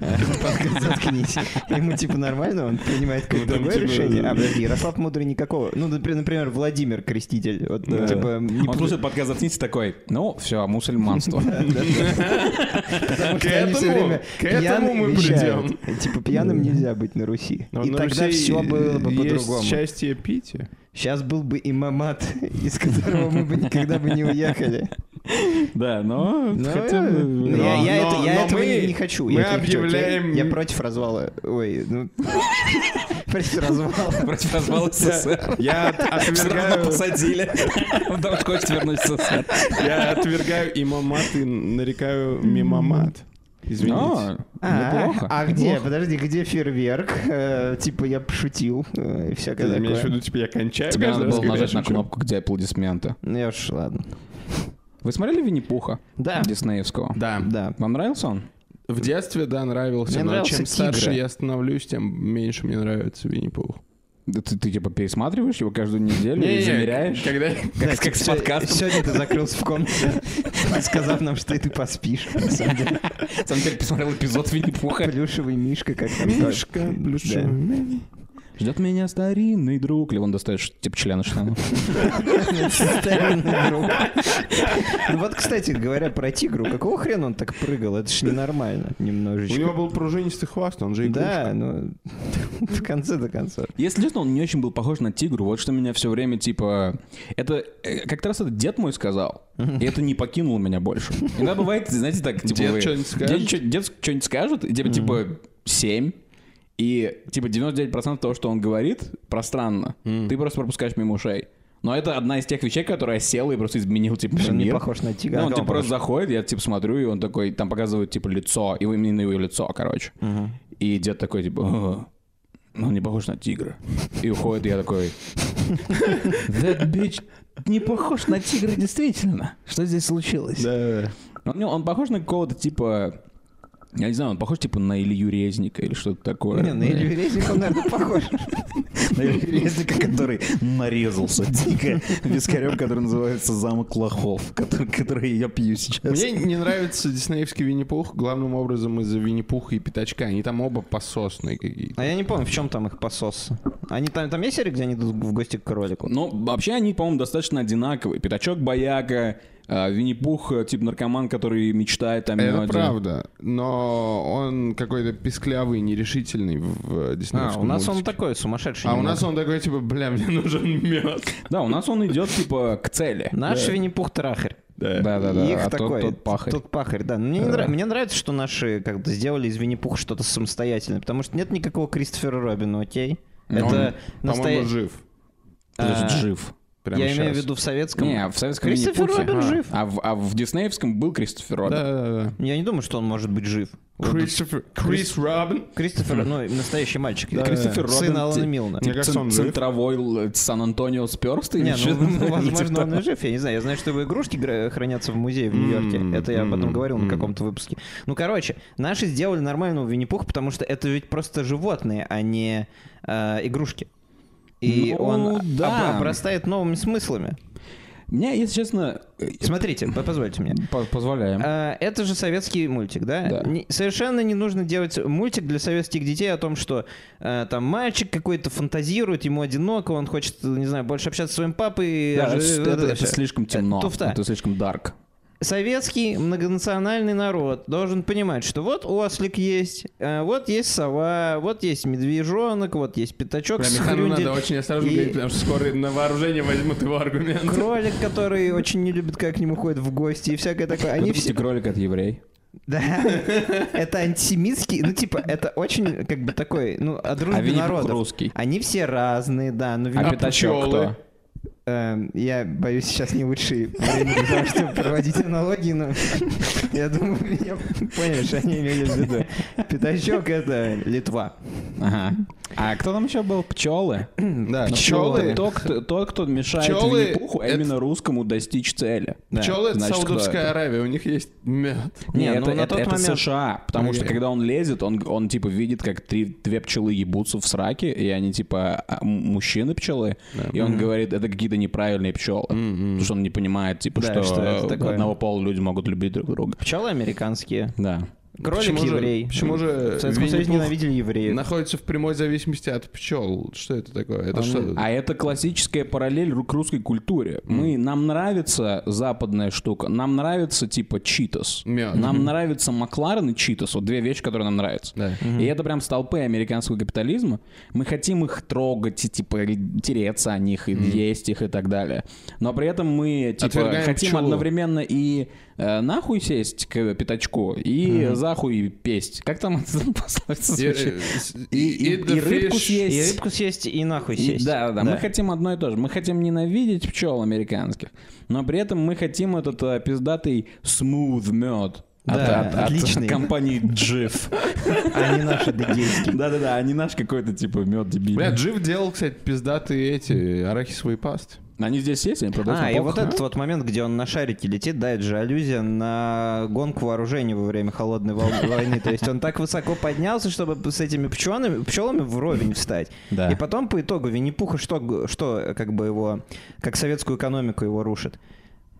S1: э, Подкаст «Заткнись». Ему, типа, нормально, он принимает какое-то другое
S4: типа,
S1: решение. А, подожди, Ярослав Мудрый никакого. Ну, например, например, Владимир Креститель. Вот, ну, типа, не
S2: Он слушает подкаст «Заткнись» и такой, ну, все,
S7: (laughs)
S2: мусульманство.
S7: Потому
S4: К
S7: что они всё
S4: этому-
S7: время
S4: к этому
S7: пьяны
S4: мы
S7: вещают. Типа, пьяным нельзя быть на Руси.
S4: Но
S7: И
S4: на
S7: тогда
S4: Руси
S7: все было бы
S4: есть
S7: по-другому.
S4: счастье пите.
S7: Сейчас был бы
S1: (laughs)
S7: имамат, из которого мы бы никогда бы не уехали.
S2: Да, но
S7: Ну,
S2: хотя бы-
S7: ну, я, я
S4: но-
S7: это- я
S4: но
S7: этого
S4: мы-
S7: не, не хочу.
S4: мы
S7: это не хочу.
S4: объявляем-
S7: Я, я против развала. Ой,
S4: (laughs)
S7: ну... Против развала.
S2: Против развала СССР.
S7: (laughs)
S4: Я от-
S2: Все равно
S4: отвергаю,
S2: посадили. (laughs) Он там хочет вернуть СССР.
S4: я отвергаю имамат и нарекаю мимамат. Извините.
S2: Ну,
S7: А,
S2: неплохо.
S7: А где, подожди, где фейерверк? Э, Типа я пошутил э, и всякое
S4: Ты имеешь в
S7: такое.
S4: виду, типа, я кончаю
S2: Тебе
S4: каждый
S2: надо
S4: раз,
S2: было
S4: когда
S2: нажать
S4: я
S2: на
S4: шучу?
S2: кнопку, где аплодисменты.
S7: Ну я уж, ладно.
S2: Вы смотрели Винни-Пуха?
S7: Да.
S2: Диснеевского?
S4: Да.
S7: Да.
S2: Вам нравился он?
S4: В детстве, да, нравился,
S7: Мне
S4: но
S7: нравился
S4: чем
S7: тигр.
S4: старше я становлюсь, тем меньше мне нравится Винни-Пух.
S2: Да Ты, ты, типа пересматриваешь его каждую неделю и
S4: Не-не-не,
S2: замеряешь?
S4: Когда...
S2: Как, как с подкастом.
S7: Сегодня ты закрылся в комнате, (laughs) сказав нам, что и ты поспишь. На самом деле,
S2: Сам теперь посмотрел эпизод
S7: (laughs)
S2: Винни-Пуха.
S7: Плюшевый мишка, как там.
S4: Мишка, плюшевый.
S2: Ждет меня старинный друг. Или он достает ш- типа члена штанов.
S7: Старинный друг. Ну вот, кстати, говоря про тигру, какого хрена он так прыгал? Это ж ненормально
S4: У него
S7: немножечко.
S4: был пружинистый хвост, он же игрушка.
S7: Да, ну, в конце до конца.
S2: Если честно, он не очень был похож на тигру. Вот что меня все время, типа... Это э, как-то раз этот дед мой сказал. И это не покинуло меня больше. Иногда бывает, знаете, так, типа...
S4: Дед
S2: вы-
S4: что-нибудь скажет.
S2: Дед, чё- дед что-нибудь скажет, и типа, типа 7. И типа 99% того, что он говорит, пространно. Ты просто пропускаешь мимо ушей. Но это одна из тех вещей, которая села и просто изменил, типа,
S7: Он не
S2: мир.
S7: похож на тигра.
S2: Ну,
S7: А
S2: он
S7: кого
S2: типа
S7: похож?
S2: просто заходит, я типа смотрю, и он такой, там показывают типа лицо, его именно его лицо, короче. И дед такой типа, «О, но он не похож на тигра. И уходит, и я такой, that bitch не похож на тигра действительно. Что здесь случилось?
S4: Да.
S2: Он, не- он похож на какого-то типа... Я не знаю, он похож типа на Илью Резника или что-то такое.
S7: Не, на Илью Резника он, наверное, похож.
S8: На Резника, который нарезался дико вискарем, который называется «Замок лохов», который, который я пью сейчас.
S4: Мне не нравится диснеевский Винни-Пух, главным образом из-за Винни-Пуха и Пятачка. Они там оба пососные какие-то.
S1: А я не помню, в чем там их посос. Они там, там есть серия, где они идут в гости к кролику?
S2: Ну, вообще они, по-моему, достаточно одинаковые. Пятачок Бояка, э, Винни-Пух, э, типа наркоман, который мечтает
S1: Ну,
S2: о
S4: Это
S2: мёде.
S4: правда, но он какой-то писклявый, нерешительный в э,
S1: А,
S4: диснеевском
S1: у нас он
S4: мультике.
S1: такой сумасшедший.
S4: А у
S1: немного.
S4: нас он такой, типа, бля, мне нужен мед.
S2: Да, у нас он идет типа к цели.
S1: Наш Винни-Пух трахарь.
S2: Да, да, да.
S1: И Их
S2: а тот-
S1: такой.
S2: тот пахарь. Э.
S1: Тот пахарь, да. Мне, не нрав- мне нравится, что наши как-то сделали из Винни-Пуха что-то самостоятельное, потому что нет никакого Кристофера Робина, окей?
S2: Ну,
S1: Это
S4: По-моему,
S1: настоящий...
S4: жив.
S2: Подожди, жив.
S4: Прямо
S1: я имею в
S4: щас.
S1: виду в советском.
S2: Не, в советском
S1: а, Кристофер
S2: Винни-Пухе.
S1: Робин
S2: А.
S1: жив.
S2: А в, а в диснеевском был Кристофер Робин.
S4: Да, да, да.
S1: Я не думаю, что он может быть жив. Вот
S4: Кристофер... Крис Робин?
S1: Кристофер, ну, настоящий мальчик.
S4: Да,
S1: Кристофер типа,
S2: да.
S1: Сын
S2: Сын
S1: Алана
S2: Ти-
S1: Милна.
S4: Мне кажется, он жив.
S2: Центровой л- Сан-Антонио Сперс ты
S1: Не,
S2: имеешь в
S1: ну,
S2: виду?
S1: ну, (laughs)
S2: Или
S1: возможно,
S2: типа
S1: он и жив, я не знаю. Я знаю, что его игрушки гра- хранятся в музее в Нью-Йорке. Это я об этом говорил на каком-то выпуске. Ну, короче, наши сделали нормального Винни-Пуха, потому что это ведь просто животные, а не э, игрушки. И
S2: Ну,
S1: он об-
S2: да.
S1: обрастает новыми смыслами.
S2: Мне, если честно, э,
S1: Смотрите, по- позвольте мне.
S2: по- позволяем.
S1: Э, Это же советский мультик, да?
S2: Да.
S1: Не- совершенно не нужно делать мультик для советских детей о том, что э, там мальчик какой-то фантазирует, ему одиноко, он хочет, не знаю, больше общаться с своим папой. Э,
S2: Да, это,
S1: э,
S2: это-
S1: э,
S2: это
S1: э,
S2: слишком темно.
S1: туфта.
S2: Это слишком дарк.
S1: Советский многонациональный народ должен понимать, что вот ослик есть, э, вот есть сова, вот есть медвежонок, вот есть пятачок
S4: Бля,
S1: с
S4: Михану
S1: хрюндель,
S4: надо очень осторожно
S1: и
S4: говорить, потому что скоро на вооружение возьмут его аргумент.
S1: кролик, который очень не любит, как к нему ходят в гости и всякое такое. Они все...
S2: Подпусти кролик от еврей.
S1: Да. (laughs) Это антисемитский, ну типа, это очень как бы такой, ну, о дружбе
S2: А Винни-Пух
S1: народов.
S2: русский.
S1: Они все разные, да, но Винни-
S2: А пятачок
S4: пчелы?
S2: кто?
S1: Эм, Я боюсь, сейчас не лучшее время для того, чтобы проводить аналогии, но (laughs) я думаю, я понял, что они имели в виду. Пятачок — это Литва.
S2: Ага. А кто там еще был? Пчелы?
S4: Да,
S2: Это
S4: пчелы.
S2: То, кто, то, кто мешает
S4: Пчелы
S2: Винни-Пуху, а
S4: это-
S2: именно русскому достичь цели.
S4: Пчелы — это
S2: Значит, кто
S4: Саудовская
S2: это?
S4: Аравия, у них есть мед.
S2: Не,
S1: Не,
S2: это,
S1: ну, на
S2: это-
S1: тот
S2: это
S1: момент-
S2: США, потому что
S4: Окей.
S2: когда он лезет, он, он типа видит, как три, две пчелы ебутся в сраке, и они типа а, м- мужчины пчелы, и он говорит, это какие-то неправильные пчелы, потому что он не понимает, типа,
S1: Да,
S2: что,
S1: что это
S2: э,
S1: такое.
S2: одного пола люди могут любить друг друга.
S1: Пчелы американские.
S2: Да.
S1: Кролик
S4: Почему же-
S1: еврей.
S4: Почему же
S1: В Советском Союзе
S4: Винни-Пух
S1: ненавидели евреев.
S4: находится в прямой зависимости от пчел? Что это такое? Это что?
S2: А это классическая параллель ру- к русской культуре. Мы, нам нравится западная штука, нам нравится типа читос.
S4: Мёд.
S2: Нам нравится Макларен и читос. Вот две вещи, которые нам нравятся.
S4: Да.
S2: И это прям столпы американского капитализма. Мы хотим их трогать, и, типа и тереться о них, и есть их и так далее. Но при этом мы типа
S4: Отвергаем
S2: хотим
S4: пчелу.
S2: одновременно и э, нахуй сесть к пятачку, и захуй песть. Как там эта (laughs) пословица
S4: И-
S2: звучит?
S4: Э, и-
S2: И,
S4: и
S2: и
S4: the
S2: рыбку
S4: fish-
S2: съесть.
S1: И рыбку съесть, и нахуй
S2: И-
S1: сесть.
S2: Да, да, да. Мы хотим одно и то же. Мы хотим ненавидеть пчел американских, но при этом мы хотим этот э, пиздатый smooth мед.
S1: Да,
S2: от,
S1: отличный.
S2: компании Джиф.
S1: Они А наши дегейские.
S2: Да-да-да, а не наш какой-то типа мед дебильный.
S4: Бля, Джив делал, кстати, пиздатые эти арахисовые пасты.
S2: Они здесь есть, они продаются
S1: А,
S2: на
S1: и
S2: полках?
S1: вот этот вот момент, где он на шарике летит, да, это же аллюзия на гонку вооружений во время холодной вол- войны. То есть он так высоко поднялся, чтобы с этими пчелами, пчелами вровень встать.
S2: Да.
S1: И потом по итогу Винни-Пуха что, г- что как бы его, как советскую экономику его рушит?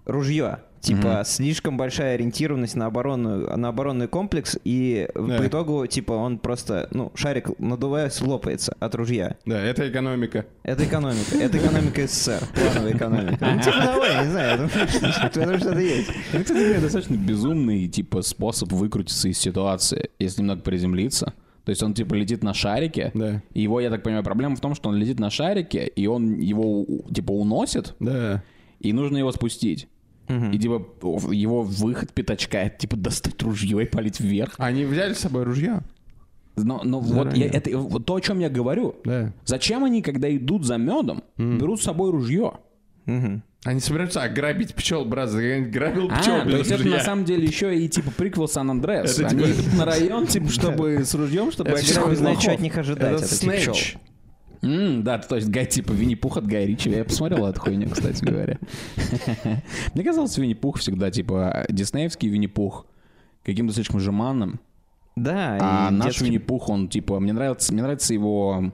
S1: Ружье. Типа, слишком большая ориентированность на, оборонную, на оборонный комплекс, и по итогу, типа, он просто, ну, шарик, надуваясь, лопается от ружья.
S4: Да, это экономика.
S1: Это экономика. Это экономика СССР. Плановая экономика. Ну, типа, давай, я не знаю, я думаю, что- потому что это есть.
S2: Это, кстати говоря, достаточно безумный, типа, способ выкрутиться из ситуации, если немного приземлиться. То есть он, типа, летит на шарике.
S4: Да.
S2: И Его, я так понимаю, проблема в том, что он летит на шарике, и он его, у- типа, уносит,
S4: Да.
S2: и нужно его спустить. И, типа, в- его выход пятачка, это, типа, достать ружье и палить вверх.
S4: Они взяли с собой ружья?
S2: Но, но вот я- это вот то, о чем я говорю.
S4: Да.
S2: Зачем они, когда идут за медом, берут с собой ружье?
S1: Мгм.
S3: Они собираются ограбить пчел, брат. Я грабил
S2: А,
S3: пчел
S2: то
S3: без
S2: есть это
S3: ружья.
S4: (laughs)
S2: на самом деле еще и типа приквел Сан-Андреас.
S3: Это
S2: Они
S3: типа-
S2: идут на район, типа, чтобы с ружьем, чтобы
S1: Это чтобы
S2: ограбить
S1: знать, что
S2: лохов.
S1: от них ожидать.
S3: Это
S1: от этих пчел.
S3: Снэч.
S2: М, Да, то есть Гай типа Винни-Пух от Гай Ричи. Я посмотрел эту хуйню, кстати говоря. Мне казалось, Винни-Пух всегда типа диснеевский Винни-Пух каким-то слишком жеманным.
S1: Да,
S2: А
S1: и
S2: наш
S1: детским.
S2: Винни-Пух, он типа, мне нравится, мне нравится его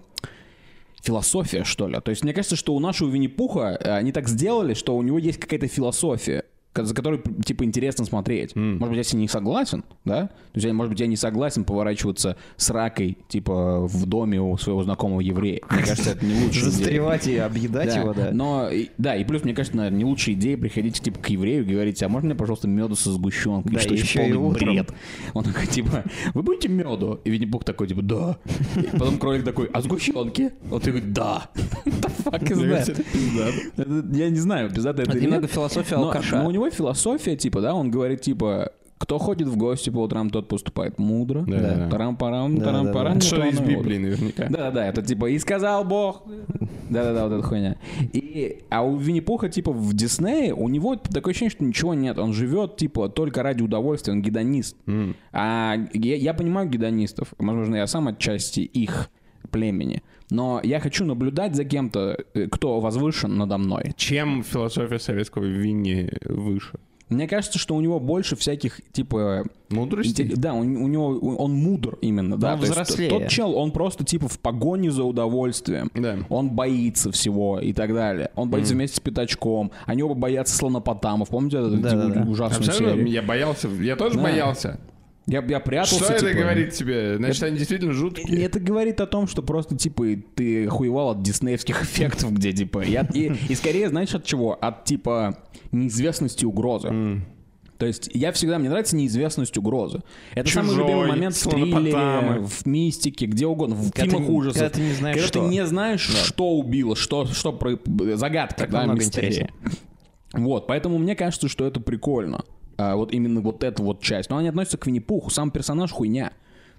S2: философия, что ли. То есть мне кажется, что у нашего Винни-Пуха э, они так сделали, что у него есть какая-то философия, ко- за которой, типа, интересно смотреть. Может быть, я с ней не согласен, да? То есть, я- может быть, я не согласен поворачиваться с ракой, типа, в доме у своего знакомого еврея. Мне кажется, это не лучше.
S1: Застревать и объедать его, да.
S2: Но, и- да, и плюс, мне кажется, наверное, не лучшая идея приходить, типа, к еврею и говорить, а можно мне, пожалуйста, меду со сгущенкой?
S1: Да,
S2: что
S1: и ещё
S2: ещё
S1: и
S2: полный
S1: утром.
S2: бред. Он такой, типа, вы будете меду? И Винни-Пух такой, типа, да. И потом кролик такой, а сгущенки? Он такой, да. What the fuck is that? Это- Я не знаю, пиздато это
S1: Это
S2: или нет.
S1: немного философия
S2: Но-
S1: алкаша.
S2: Но у него философия, типа, да, он говорит, типа, кто ходит в гости по утрам, тот поступает мудро.
S3: Да.
S2: Тарам-парам, тарам-парам.
S3: Что
S2: вот
S3: из
S2: оно и вот.
S3: Библии наверняка.
S2: Да-да-да, это типа «И сказал Бог!» Да-да-да, вот эта хуйня. И, а у Винни-Пуха, типа, в Диснее, у него такое ощущение, что ничего нет. Он живет, типа, только ради удовольствия, он гедонист. А я, я понимаю гедонистов, возможно, я сам отчасти их племени. Но я хочу наблюдать за кем-то, э, кто возвышен надо мной.
S3: Чем философия советского Винни выше?
S2: Мне кажется, что у него больше всяких, типа,
S3: Мудрости?
S2: Интелли- Да, он- у него он мудр именно, да.
S1: он
S2: то есть т-
S1: взрослее.
S2: тот чел, он просто типа в погоне за удовольствием.
S3: Да.
S2: Он боится всего и так далее. Он боится вместе с пятачком. Они оба боятся слонопотамов. Помните эту
S1: Да-да-да.
S2: дику- ужасную
S3: Абсолютно,
S2: серию?
S3: я боялся, я тоже
S2: Да.
S3: боялся.
S2: Я, я прятался.
S3: Что это
S2: типа.
S3: говорит тебе? Значит, они действительно жуткие.
S2: Это говорит о том, что просто, типа, ты хуевал от диснеевских (laughs) эффектов, где, типа, я, и, и скорее, знаешь, от чего? От, типа, неизвестности угрозы. То есть я всегда, мне нравится неизвестность угрозы. Это самый
S3: Чужой,
S2: любимый момент в триллере,
S3: слонопотамы.
S2: в мистике, где угодно, в
S1: Когда ты
S2: фильмах
S1: не-
S2: ужасов.
S1: когда ты не знаешь,
S2: Когда ты
S1: что.
S2: не знаешь, что убило, что, что про... э, загадка, да,
S1: намного
S2: мистерия.
S1: интереснее.
S2: Вот, поэтому мне кажется, что это прикольно. А, вот именно вот эта вот часть. Но она не относится к Винни-Пуху, сам персонаж хуйня.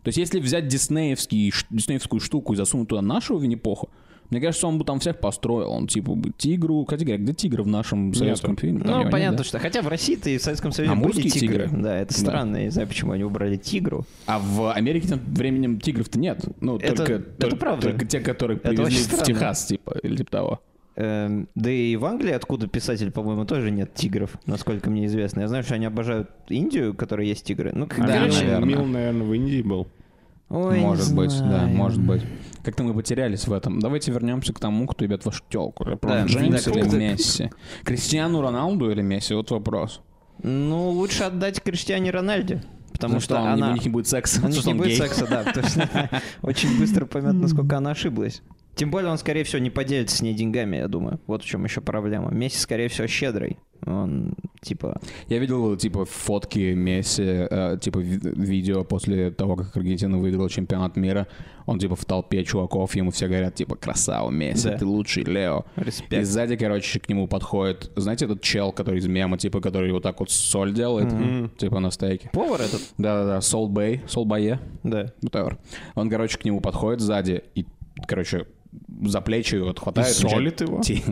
S2: То есть если взять диснеевский, ш- диснеевскую штуку и засунуть туда нашего Винни-Пуха, мне кажется, он бы там всех построил. Он типа бы тигру... Кстати говоря, где тигр в нашем советском фильме? Там его
S1: Ну,
S2: нет,
S1: понятно,
S2: да?
S1: что. Хотя в России-то и в Советском Союзе были
S2: Амурские
S1: А тигры.
S2: тигры?
S1: Да, это
S2: Да.
S1: странно. Я не знаю, почему они убрали тигру.
S2: А в Америке тем временем тигров-то нет. Ну,
S1: Это-
S2: только,
S1: это
S2: только-
S1: правда.
S2: только те, которые
S1: Это
S2: привезли
S1: очень
S2: в
S1: странно.
S2: Техас, типа, или типа того.
S1: Эм, Да и в Англии, откуда писатель, по-моему, тоже нет тигров, насколько мне известно. Я знаю, что они обожают Индию, в которой есть тигры. Ну, как
S2: Да,
S1: короче,
S2: наверное.
S4: Мил, наверное, в Индии был.
S1: Ой, не
S2: может быть, да,
S1: знаю.
S2: может быть. Как-то мы потерялись в этом. Давайте вернемся к тому, кто ебет вашу телку. Леброн
S1: Да, а
S2: Джеймс
S1: да,
S2: или
S1: кто-
S2: Месси? Кристиану Роналду или Месси? Вот вопрос.
S1: Ну, лучше отдать Криштиане Рональде. Потому
S2: Ну
S1: что,
S2: он-
S1: она...
S2: у них не будет секса.
S1: (laughs) У них
S2: потому (laughs) что
S1: не
S2: он
S1: будет
S2: гей.
S1: секса, да, потому что
S2: (laughs)
S1: она очень быстро поймет, насколько она ошиблась. Тем более он, скорее всего, не поделится с ней деньгами, я думаю. Вот в чем еще проблема. Месси, скорее всего, щедрый. Он, типа...
S2: Я видел, типа, фотки Месси, э, типа, ви- видео после того, как Аргентина выиграла чемпионат мира. Он, типа, в толпе чуваков, ему все говорят, типа, красава, Месси,
S1: Да.
S2: ты лучший, Лео.
S1: Респект.
S2: И сзади, короче, к нему подходит, знаете, этот чел, который из мема, типа, который вот так вот соль делает, типа, на стейке.
S1: Повар этот?
S2: Да-да-да, Сол Бэй, Сол Бае,
S1: Да.
S2: whatever. Он, короче, к нему подходит сзади и, короче, за плечи его вот хватает.
S3: солит его?
S2: (laughs)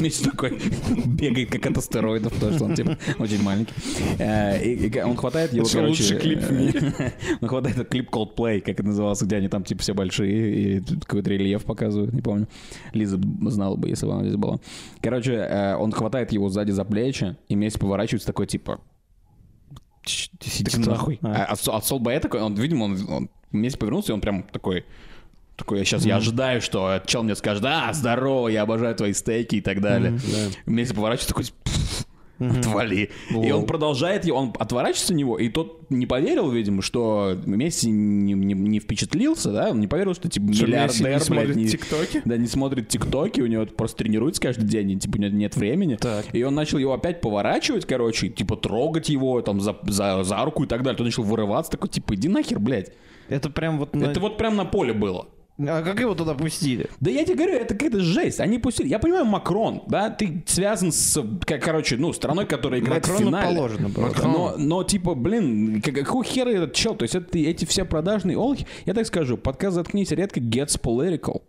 S2: Меч такой бегает, как от астероидов, потому что он типа очень маленький. Э, и- и Он хватает его,
S3: Это
S2: короче...
S3: лучший клип в
S2: мире. (laughs) Он хватает этот клип Coldplay, как это назывался, где они там типа все большие, и тут какой-то рельеф показывают, не помню. Лиза б- знала бы, если бы она здесь была. Короче, э, он хватает его сзади за плечи, и вместе поворачивается такой типа... «Чш, Иди
S1: кто?»
S2: нахуй. А от Сол- от Сол Бэя такой, он, видимо, он, он вместе повернулся, и он прям такой... Такой, я сейчас, я ожидаю, что этот чел мне скажет, а, здорово, я обожаю твои стейки и так далее. Вместе поворачивается, такой, «Пф, отвали. И он продолжает, его- он отворачивается на него, и тот не поверил, видимо, что Месси не, не- не впечатлился, да, он не поверил, что, типа,
S3: Что,
S2: миллиардер,
S3: Месси не
S2: блядь,
S3: смотрит
S2: не-
S3: тиктоки?
S2: да, не смотрит тиктоки, у него это просто тренируется каждый день, и, типа, у него нет времени. И он начал его опять поворачивать, короче, и, типа, трогать его, там, за, за, за руку и так далее. Тот начал вырываться, такой, типа, иди нахер, блядь.
S1: Это прям вот...
S3: Ну,
S1: на-
S2: Это вот прям на поле было.
S1: А как его туда пустили?
S2: Да я тебе говорю, это какая-то жесть. Они пустили. Я понимаю, Макрон, да, ты связан с, как, короче, ну, страной, которая играет в
S1: Макрону
S2: финале.
S1: положено было.
S2: Но, но, типа, блин, как- какого хера этот чел? То есть это, эти все продажные олухи, я так скажу, подкаст «Заткнись» редко gets political.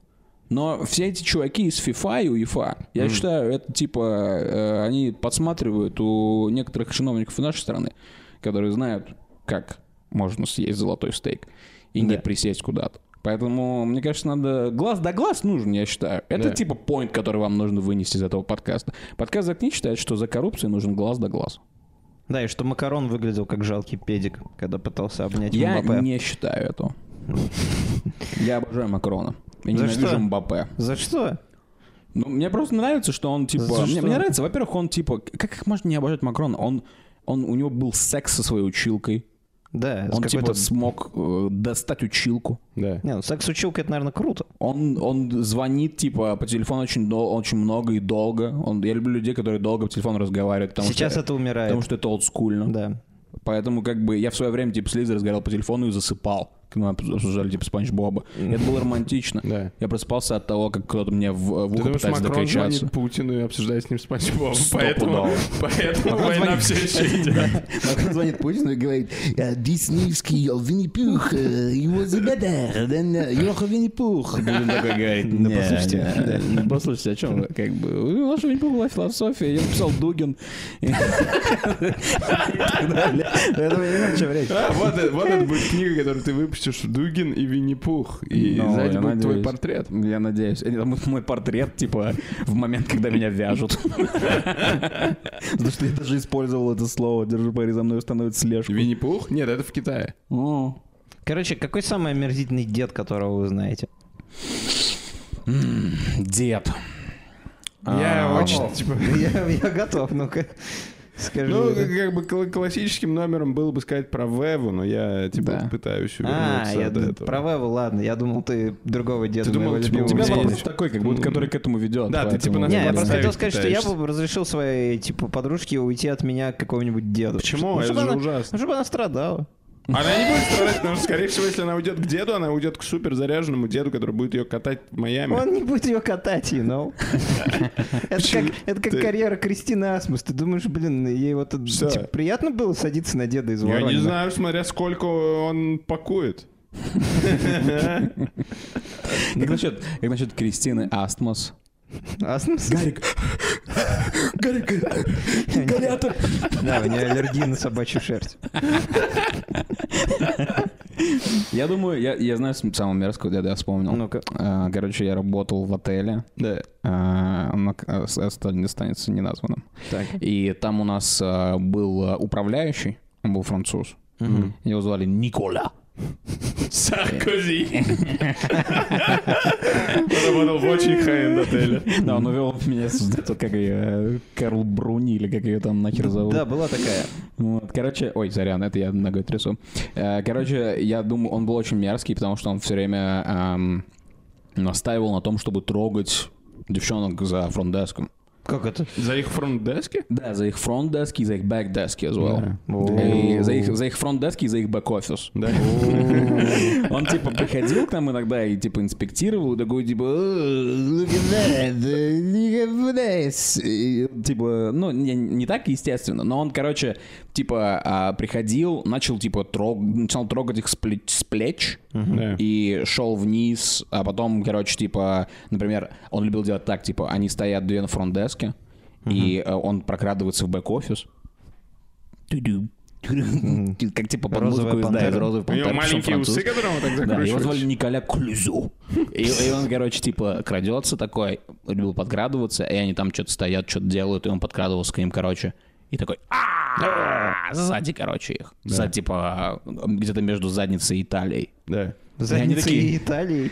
S2: Но все эти чуваки из FIFA и UEFA, я считаю, это типа э, они подсматривают у некоторых чиновников нашей страны, которые знают, как можно съесть золотой стейк и не присесть куда-то. Поэтому, мне кажется, надо... Глаз да глаз нужен, я считаю. Это типа поинт, который вам нужно вынести из этого подкаста. Подкаст «Закни» считает, что за коррупцией нужен глаз да глаз.
S1: Да, и что Макарон выглядел как жалкий педик, когда пытался обнять
S2: Я
S1: Мбаппе.
S2: не считаю этого. (laughs) Я обожаю Макрона. Я
S1: За
S2: ненавижу
S1: что?
S2: Мбаппе.
S1: За что?
S2: Ну, мне просто нравится, что он, типа...
S1: За
S2: мне,
S1: что?
S2: мне нравится, во-первых, он, типа... Как, как можно не обожать Макрона? Он, он, у него был секс со своей училкой.
S1: Да, с
S2: Он,
S1: какой-то...
S2: типа, смог э, достать училку.
S3: Да.
S1: Не, ну секс-училка, это, наверное, круто.
S2: Он, он звонит, типа, по телефону очень, дол- очень много и долго. Он, я люблю людей, которые долго по телефону разговаривают, потому
S1: Сейчас
S2: что...
S1: это умирает.
S2: Потому что это олдскульно.
S1: Да.
S2: Поэтому как бы я в свое время типа с Лизой разговаривал по телефону и засыпал. Когда Мы обсуждали типа Спанч Боба. И Это было романтично.
S3: Да.
S2: Я просыпался от того, как кто-то мне в, в
S4: Ты
S2: ухо
S4: думаешь,
S2: пытается
S4: Макрон
S2: Ну, докричаться.
S4: звонит Путину и обсуждает с ним спанч Боба, поэтому, поэтому война все еще идет.
S9: Макрон звонит Путину и говорит, «Э, диснеевский Винни-Пух, э, его забеда, Йоха Винни-Пух.
S2: Он такой говорит, «Не, не, не, послушайте, о чем вы? Как бы, ваша не была философия, ее написал Дугин. И так далее. Поэтому я не знаю, о чем речь.
S4: А, вот, это- вот это будет книга, которую ты выпустишь, Дугин и Винни-Пух. И
S2: Ну,
S4: сзади
S2: я
S4: будет твой
S2: надеюсь.
S4: портрет.
S2: Я надеюсь. Это будет мой портрет, типа, в момент, когда меня вяжут.
S8: Потому что я даже использовал это слово. Держи пари, за мной установит слежку.
S4: Винни-Пух? Нет, это в Китае.
S2: О.
S1: Короче, какой самый омерзительный дед, которого вы знаете?
S2: Дед. А,
S4: Я очень, (laughs) типа...
S1: А, (laughs) Я, я готов, ну-ка. (laughs) Скажи.
S4: Ну,
S1: это.
S4: как бы кла- классическим номером было бы сказать про Веву, но я, типа,
S2: Да.
S4: пытаюсь
S1: а,
S4: увернуться
S1: я
S4: от
S1: д-
S4: этого.
S1: про Веву, ладно, я думал, ты другого деда
S4: Ты думал,
S1: моего
S4: типа, у
S2: У
S1: любимого
S2: тебя
S4: Извините.
S2: вопрос
S1: вспомнишь.
S2: такой, как будто который к этому ведет.
S4: Да, ты типа
S2: поэтому-
S4: на-
S1: Не, я просто
S4: Представить
S1: хотел сказать, что я
S4: пытаешься.
S1: бы разрешил своей, типа, подружке уйти от меня к какому-нибудь деду.
S4: Почему?
S1: Ну,
S4: Это
S1: чтобы
S4: же
S1: она-
S4: ужасно.
S1: ну, чтобы она страдала.
S4: Она не будет страдать, потому что, скорее всего, если она уйдет к деду, она уйдет к суперзаряженному деду, который будет ее катать в Майами.
S1: Он не будет ее катать, you
S4: (laughs)
S1: know. Это как, это как
S4: Ты-
S1: карьера Кристины Асмус. Ты думаешь, блин, ей вот это,
S4: Что?
S1: типа, приятно было садиться на деда из
S4: Я не
S1: Воронина?
S4: знаю, смотря сколько он пакует.
S2: Как насчет, как насчет Кристины Астмос?
S1: Асмус?
S2: Гарик. Гарик. Гарята.
S1: Да, у нее аллергия на собачью шерсть.
S2: Я думаю, я, я знаю сам- самого мерзкого деда, я вспомнил.
S1: Ну-ка.
S2: А, Короче, я работал в отеле.
S4: Да.
S2: а, Он ок- а, с- остан- останется неназванным.
S1: Так.
S2: И там у нас а, был а, управляющий, он был француз. Его звали Никола.
S4: Саркози. Работал в очень хай-энд отеле.
S2: (laughs) Да, он увел меня с этот, как ее, Карл Бруни, или как ее там нахер зовут.
S1: Да, была такая.
S2: Вот, короче, ой, сорян, это я ногой трясу. Э, Короче, я думаю, он был очень мерзкий, потому что он все время эм, настаивал на том, чтобы трогать девчонок за фронт-деском.
S1: Как это?
S4: За их фронт-дески?
S2: Да, за их фронт-дески и за их бэк-дески as well. И за их, за их фронт-дески и за их бэк-офис.
S4: Да.
S2: Он, типа, приходил к нам иногда и, типа, инспектировал, и такой, типа, «Э, look at that, look at this». И, типа, ну, не, не так, естественно, но он, короче, типа, а, приходил, начал, типа, трог, начал трогать их с, пле- с плеч
S4: Да.
S2: и шел вниз, а потом, короче, типа, например, он любил делать так, типа, они стоят две на фронт-деске, и э, он прокрадывается в бэк-офис. Тю-дю. (laughs) Как типа под
S1: Розовая
S2: музыку из, да,
S1: пантера.
S2: из розовой
S4: У
S2: пантеры.
S4: него
S2: причем
S4: маленькие
S2: француз.
S4: усы, которые он так
S2: Да, его
S4: закручивает.
S2: звали Николя Клюзу. И, и он, короче, типа, крадется такой, любил подкрадываться, и они там что-то стоят, что-то делают, и он подкрадывался к ним, короче. И такой, «А-а-а!» сзади, короче, их. Сзади, типа, где-то между задницей и талией.
S4: Да.
S1: Задницы
S2: такие-
S1: Италии.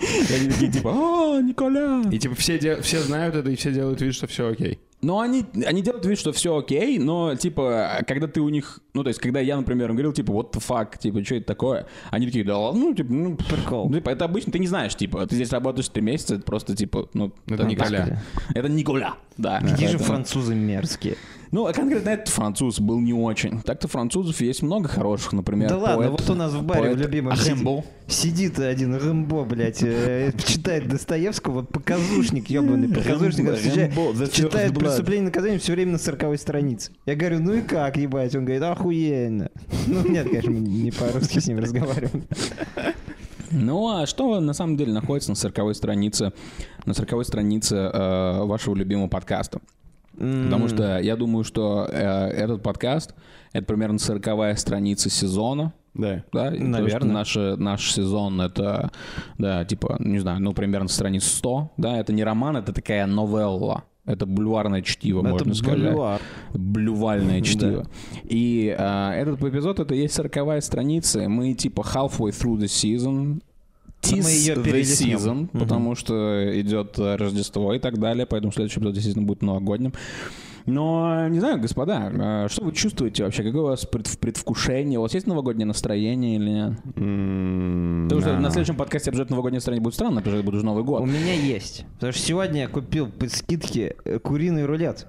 S2: И они такие, типа, о, Николя.
S4: И типа все, де- все знают это, и все делают вид, что все окей.
S2: Ну, они, они делают вид, что все окей, но, типа, когда ты у них... Ну, то есть, когда я, например, им говорил, типа, what the fuck, типа, что это такое? Они такие, да ладно, ну, типа, ну, пф».
S1: Прикол.
S2: Ну, типа, это обычно, ты не знаешь, типа, ты здесь работаешь три месяца, это просто, типа, ну...
S4: Это
S2: так,
S4: Николя.
S2: так. Это Николя, да.
S1: Какие же
S2: Поэтому-
S1: французы мерзкие.
S2: Ну, а конкретно этот француз был не очень. Так-то французов есть много хороших, например,
S1: Да ладно,
S2: поэт-
S1: вот у нас в баре в
S2: поэт
S1: любимом
S2: Рембо.
S1: сидит, сидит один Рэмбо, блядь, э, читает Достоевского, показушник, ебаный, показушник,
S8: Рэмбо,
S1: отвечает-
S8: Рэмбо, the first
S1: читает
S8: blood.
S1: «Преступление и наказание» все время на 40 странице. Я говорю, ну и как, ебать? Он говорит, охуенно. Ну нет, конечно, мы не по-русски с ним разговариваем.
S2: Ну а что на самом деле находится на 40 странице, на 40 странице э, вашего любимого подкаста? Потому что я думаю, что э, этот подкаст это примерно 40 страница сезона.
S4: Да.
S2: Да, и то,
S1: Наверное.
S2: что наше- наш сезон это, да, типа, не знаю, ну, примерно страниц 100. Да, это не роман, это такая новелла. Это бульварное чтиво,
S1: Это
S2: можно сказать.
S1: бульвар.
S2: Блювальное чтиво. И а, этот эпизод, это есть сороковая страница. Мы типа halfway through the season. Tis
S1: Мы её
S2: the
S1: перелистнем.
S2: season, потому что идет э, Рождество и так далее, поэтому следующий эпизод действительно будет новогодним. Но, не знаю, господа, э, что вы чувствуете вообще? Какое у вас пред- предвкушение? У вас есть новогоднее настроение или нет? Потому что на следующем подкасте обсуждать новогоднее настроение будет странно, потому что это будет уже Новый
S1: У
S2: год.
S1: меня есть. Потому что сегодня я купил по скидке э, куриный рулет.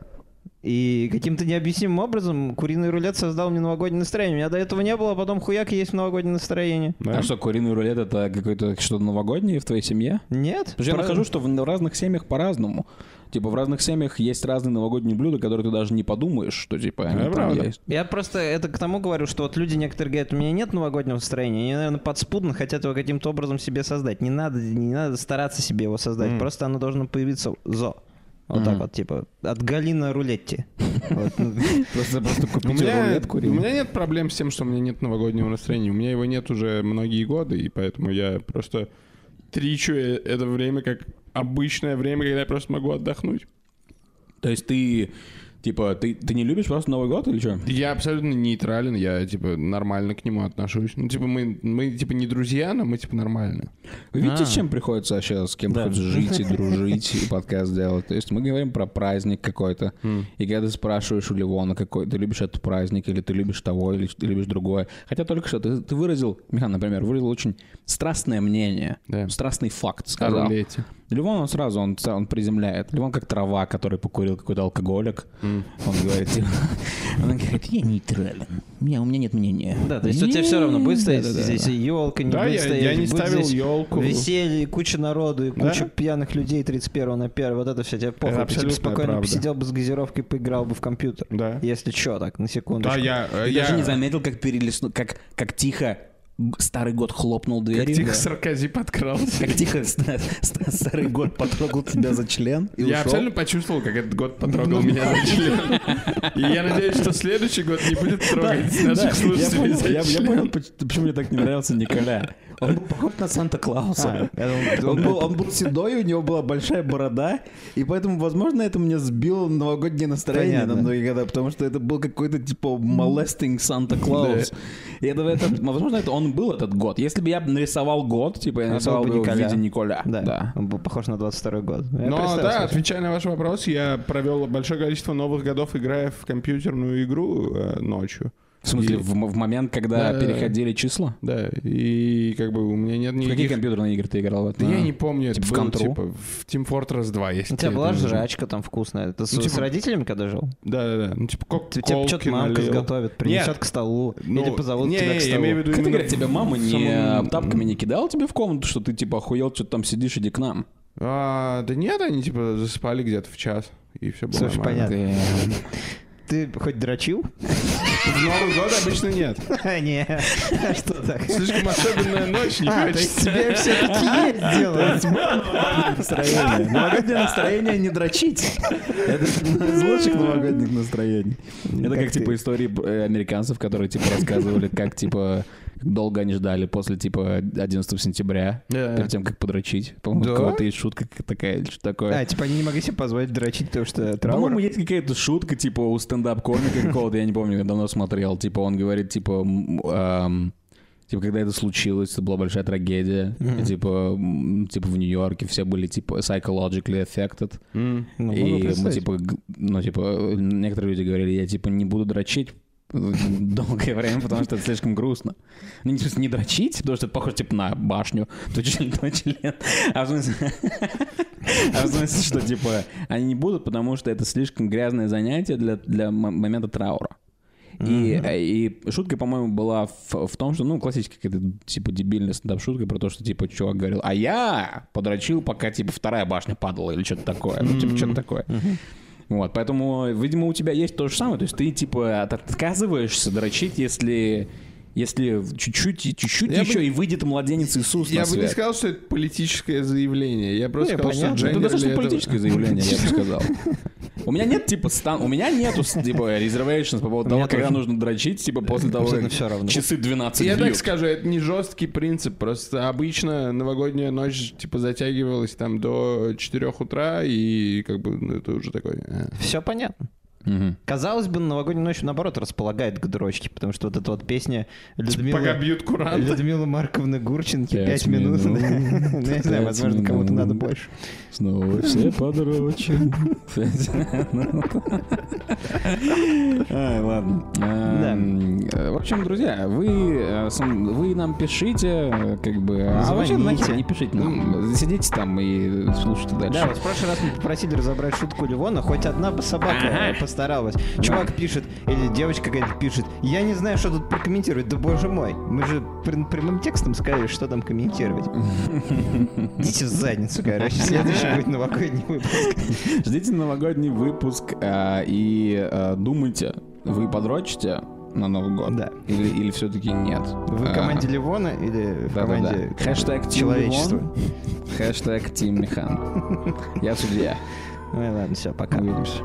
S1: И каким-то необъяснимым образом куриный рулет создал мне новогоднее настроение. У меня до этого не было, а потом хуяк и есть новогоднее настроение.
S2: А что, куриный рулет это какое-то что-то новогоднее в твоей семье?
S1: Нет?
S2: Потому что я нахожу, что в в разных семьях по-разному. Типа в разных семьях есть разные новогодние блюда, которые ты даже не подумаешь, что типа они там
S4: правда.
S2: есть.
S1: Я просто это к тому говорю, что вот люди некоторые говорят, у меня нет новогоднего настроения, они, наверное, подспудно хотят его каким-то образом себе создать. Не надо, не надо стараться себе его создать, просто оно должно появиться зо. Вот так вот, типа, от Галина
S2: (laughs)
S1: Рулетти. Вот, ну,
S2: Просто, просто
S4: У
S2: купить
S4: меня,
S2: рулет
S4: у
S2: куриный.
S4: меня нет проблем с тем, что у меня нет новогоднего настроения. У меня его нет уже многие годы, и поэтому я просто тричу э- это время как обычное время, когда я просто могу отдохнуть.
S2: То есть ты типа ты, ты не любишь просто Новый год или что?
S4: Я абсолютно нейтрален, я типа нормально к нему отношусь. Ну, типа, мы, мы типа не друзья, но мы типа нормально.
S2: Вы видите, с
S1: А.
S2: чем приходится вообще, с кем приходится
S1: (laughs)
S2: жить и дружить, и подкаст делать? То есть мы говорим про праздник какой-то,
S1: Хм.
S2: и когда ты спрашиваешь у Ливона, какой ты любишь этот праздник, или ты любишь того, или ты любишь другое. Хотя только что ты, ты выразил, Михан, например, выразил очень страстное мнение,
S4: Да.
S2: страстный факт, сказал.
S4: О рулете.
S2: Ливон, он сразу, он, ца- он приземляет. Ливон как трава, который покурил какой-то алкоголик.
S1: Хм.
S2: Он говорит, (laughs) типа, он говорит, я нейтрален. У меня, у меня нет мнения.
S1: Да, то есть у тебя все равно будет стоять здесь елка, не
S4: Да,
S1: будет
S4: я-
S1: стоять.
S4: я не
S1: будет
S4: ставил
S1: здесь
S4: ёлку.
S1: Веселье, куча народу, и
S4: Да?
S1: куча пьяных людей 31 на 1, вот это все, тебе похуй. Ты, типа,
S4: абсолютная
S1: спокойно
S4: правда.
S1: посидел бы с газировкой, поиграл бы в компьютер.
S4: Да.
S1: Если чё, так, на секунду.
S4: Да, я, э,
S2: Я
S4: я,
S2: даже не заметил, как перелистнул, как, как тихо г- старый год хлопнул дверью.
S4: Как тихо саркази подкрался.
S8: Как тихо ст- ст- старый год потрогал тебя за член и
S4: Я
S8: ушел.
S4: абсолютно почувствовал, как этот год потрогал меня (laughs) за член. И я надеюсь, что следующий год не будет трогать наших слушателей за
S2: Я,
S4: член.
S2: понял, почему мне так не нравился Николя.
S8: Он был похож на
S1: А,
S8: Санта-Клауса. он, был, он был седой, у него была большая борода, и поэтому, возможно, это мне сбило новогоднее настроение на многие года, потому что это был какой-то типа molesting Санта-Клаус.
S2: И это, это- возможно, это он был этот год. Если бы я нарисовал год, типа я
S1: был
S2: нарисовал
S1: бы
S2: бы его в
S1: Николя.
S2: виде Николя.
S1: Да. Он был похож на 22 год. Ну, Я
S4: Но
S1: представил
S4: Ну, да,
S1: себе.
S4: отвечая на ваш вопрос, я провел большое количество новых годов, играя в компьютерную игру э, ночью.
S2: В смысле,
S4: И-
S2: в, м- в момент, когда
S4: Да, да, да.
S2: переходили числа?
S4: Да, и как бы у меня нет
S2: В какие
S4: никаких...
S2: компьютерные игры ты играл? в это?
S4: Да я не помню, это
S2: Типа в
S4: было
S2: Control?
S4: А, типа в Team Fortress 2, если
S1: У тебя
S4: тебе
S1: была
S4: это нужно.
S1: жрачка там вкусная. Ты с,
S4: Ну,
S1: с
S4: типа-
S1: родителями когда жил?
S4: Да-да-да, ну типа кок
S1: Тебе что-то мамка сготовит, принесет
S4: Нет.
S1: к столу.
S4: Ну,
S1: или позовут
S4: не,
S1: тебя
S4: не,
S1: к
S4: я
S1: столу.
S4: имею в виду
S2: Кстати
S4: именно
S2: говоря, тебя мама
S4: в
S2: не
S4: самом-
S2: тапками не кидала тебе в комнату, что ты типа охуел, что там сидишь, иди к нам.
S4: А, да нет, они типа засыпали где-то в час, и все было
S1: Слушай,
S4: нормально.
S1: понятно. Ты хоть дрочил?
S4: В Новый год обычно нет.
S1: А, Не, что так?
S4: Слишком особенная ночь,
S1: (laughs)
S4: не
S1: А, то есть
S4: хочется.
S1: тебе все-таки
S2: (laughs)
S1: есть дело.
S8: Настроение. Новогоднее настроение не дрочить. Это одно из лучших новогодних настроений.
S2: Это как, типа истории э, американцев, которые типа рассказывали, как типа как долго они ждали после типа 11 сентября,
S4: Да.
S2: перед тем, как подрочить. По-моему,
S4: Да?
S2: у кого-то есть шутка как- такая или что
S1: А,
S2: такое.
S1: типа они не могли себе позволить дрочить, потому что
S2: По-моему,
S1: траур.
S2: есть какая-то шутка, типа, у стендап-комика какого-то, я не помню, я давно смотрел, типа, он говорит, типа, м, эм, Типа, когда это случилось, это была большая трагедия. И, типа, м, типа, в Нью-Йорке все были, типа, psychologically affected.
S1: Ну, можно
S2: И мы
S1: представить.
S2: типа, г- ну типа, э, некоторые люди говорили, я типа не буду дрочить (laughs) э, долгое время, потому что это слишком грустно. Ну, не, в смысле, не дрочить, потому что это похоже, типа, на башню, (laughs) твой член, твой член. А в смысле, (laughs) а в смысле, что, типа, они не будут, потому что это слишком грязное занятие для, для м- момента траура. И, э, и шутка, по-моему, была в, в том, что, ну, классическая какая-то, типа, дебильная стендап-шутка про то, что, типа, чувак говорил, а я подрочил, пока, типа, вторая башня падала или что-то такое. Ну, типа, что-то такое. Вот, поэтому, видимо, у тебя есть то же самое. То есть ты, типа, от- отказываешься дрочить, если Если чуть-чуть, и чуть-чуть
S4: Я
S2: еще,
S4: бы-
S2: и выйдет младенец Иисус
S4: Я
S2: на
S4: бы не
S2: свет.
S4: сказал, что это политическое заявление. Я просто сказал, что
S2: Ну, Это
S4: Дженнер
S2: достаточно
S4: для этого-
S2: политическое заявление, я бы сказал. У меня нет, типа, стан... У меня нету, с- типа, reservations по поводу того, когда нужно дрочить, типа, после того,
S1: абсолютно
S2: как
S1: всё равно.
S2: часы 12
S4: Я так
S2: бьют.
S4: скажу, это не жесткий принцип, просто обычно новогодняя ночь типа затягивалась там до 4 утра, и как бы ну, это уже такой... э.
S1: Все понятно. Казалось бы, новогодняя ночь, наоборот, располагает к дрочке, потому что вот эта вот песня
S2: Типа
S4: Пока
S1: Людмилы,
S4: бьют куранты.
S1: Людмилы Марковны Гурченки
S2: Пять
S1: «Пять минут».
S2: минут.
S1: да. (laughs) Ну, Я не знаю,
S2: Пять
S1: возможно, кому-то
S2: минут.
S1: надо больше.
S2: Снова все подрочим. Ай, Ладно. Эм, э, В общем, друзья, вы, э, сам- вы нам пишите, э, как бы... А вообще,
S1: Звоните.
S2: нахер не пишите нам. Сидите там и слушайте
S1: Да,
S2: дальше.
S1: вот в прошлый раз мы попросили разобрать шутку Ливона, хоть одна бы собака э, постаралась. Чувак пишет, или девочка какая-то пишет, я не знаю, что тут прокомментировать, да боже мой, мы же прям- прямым текстом сказали, что там комментировать. Идите в задницу, короче, следующий будет новогодний выпуск.
S2: Ждите новогодний выпуск э, и э, думайте, вы подрочите на Новый год?
S1: Да.
S2: Или, или все-таки нет?
S1: Вы в
S2: А,
S1: команде Ливона или в
S2: да-да-да.
S1: команде
S2: Хэштег Team
S1: человечества?
S2: Хэштег Тим Э, Михан. Я судья.
S1: Ну и ладно, все, пока.
S2: Увидимся.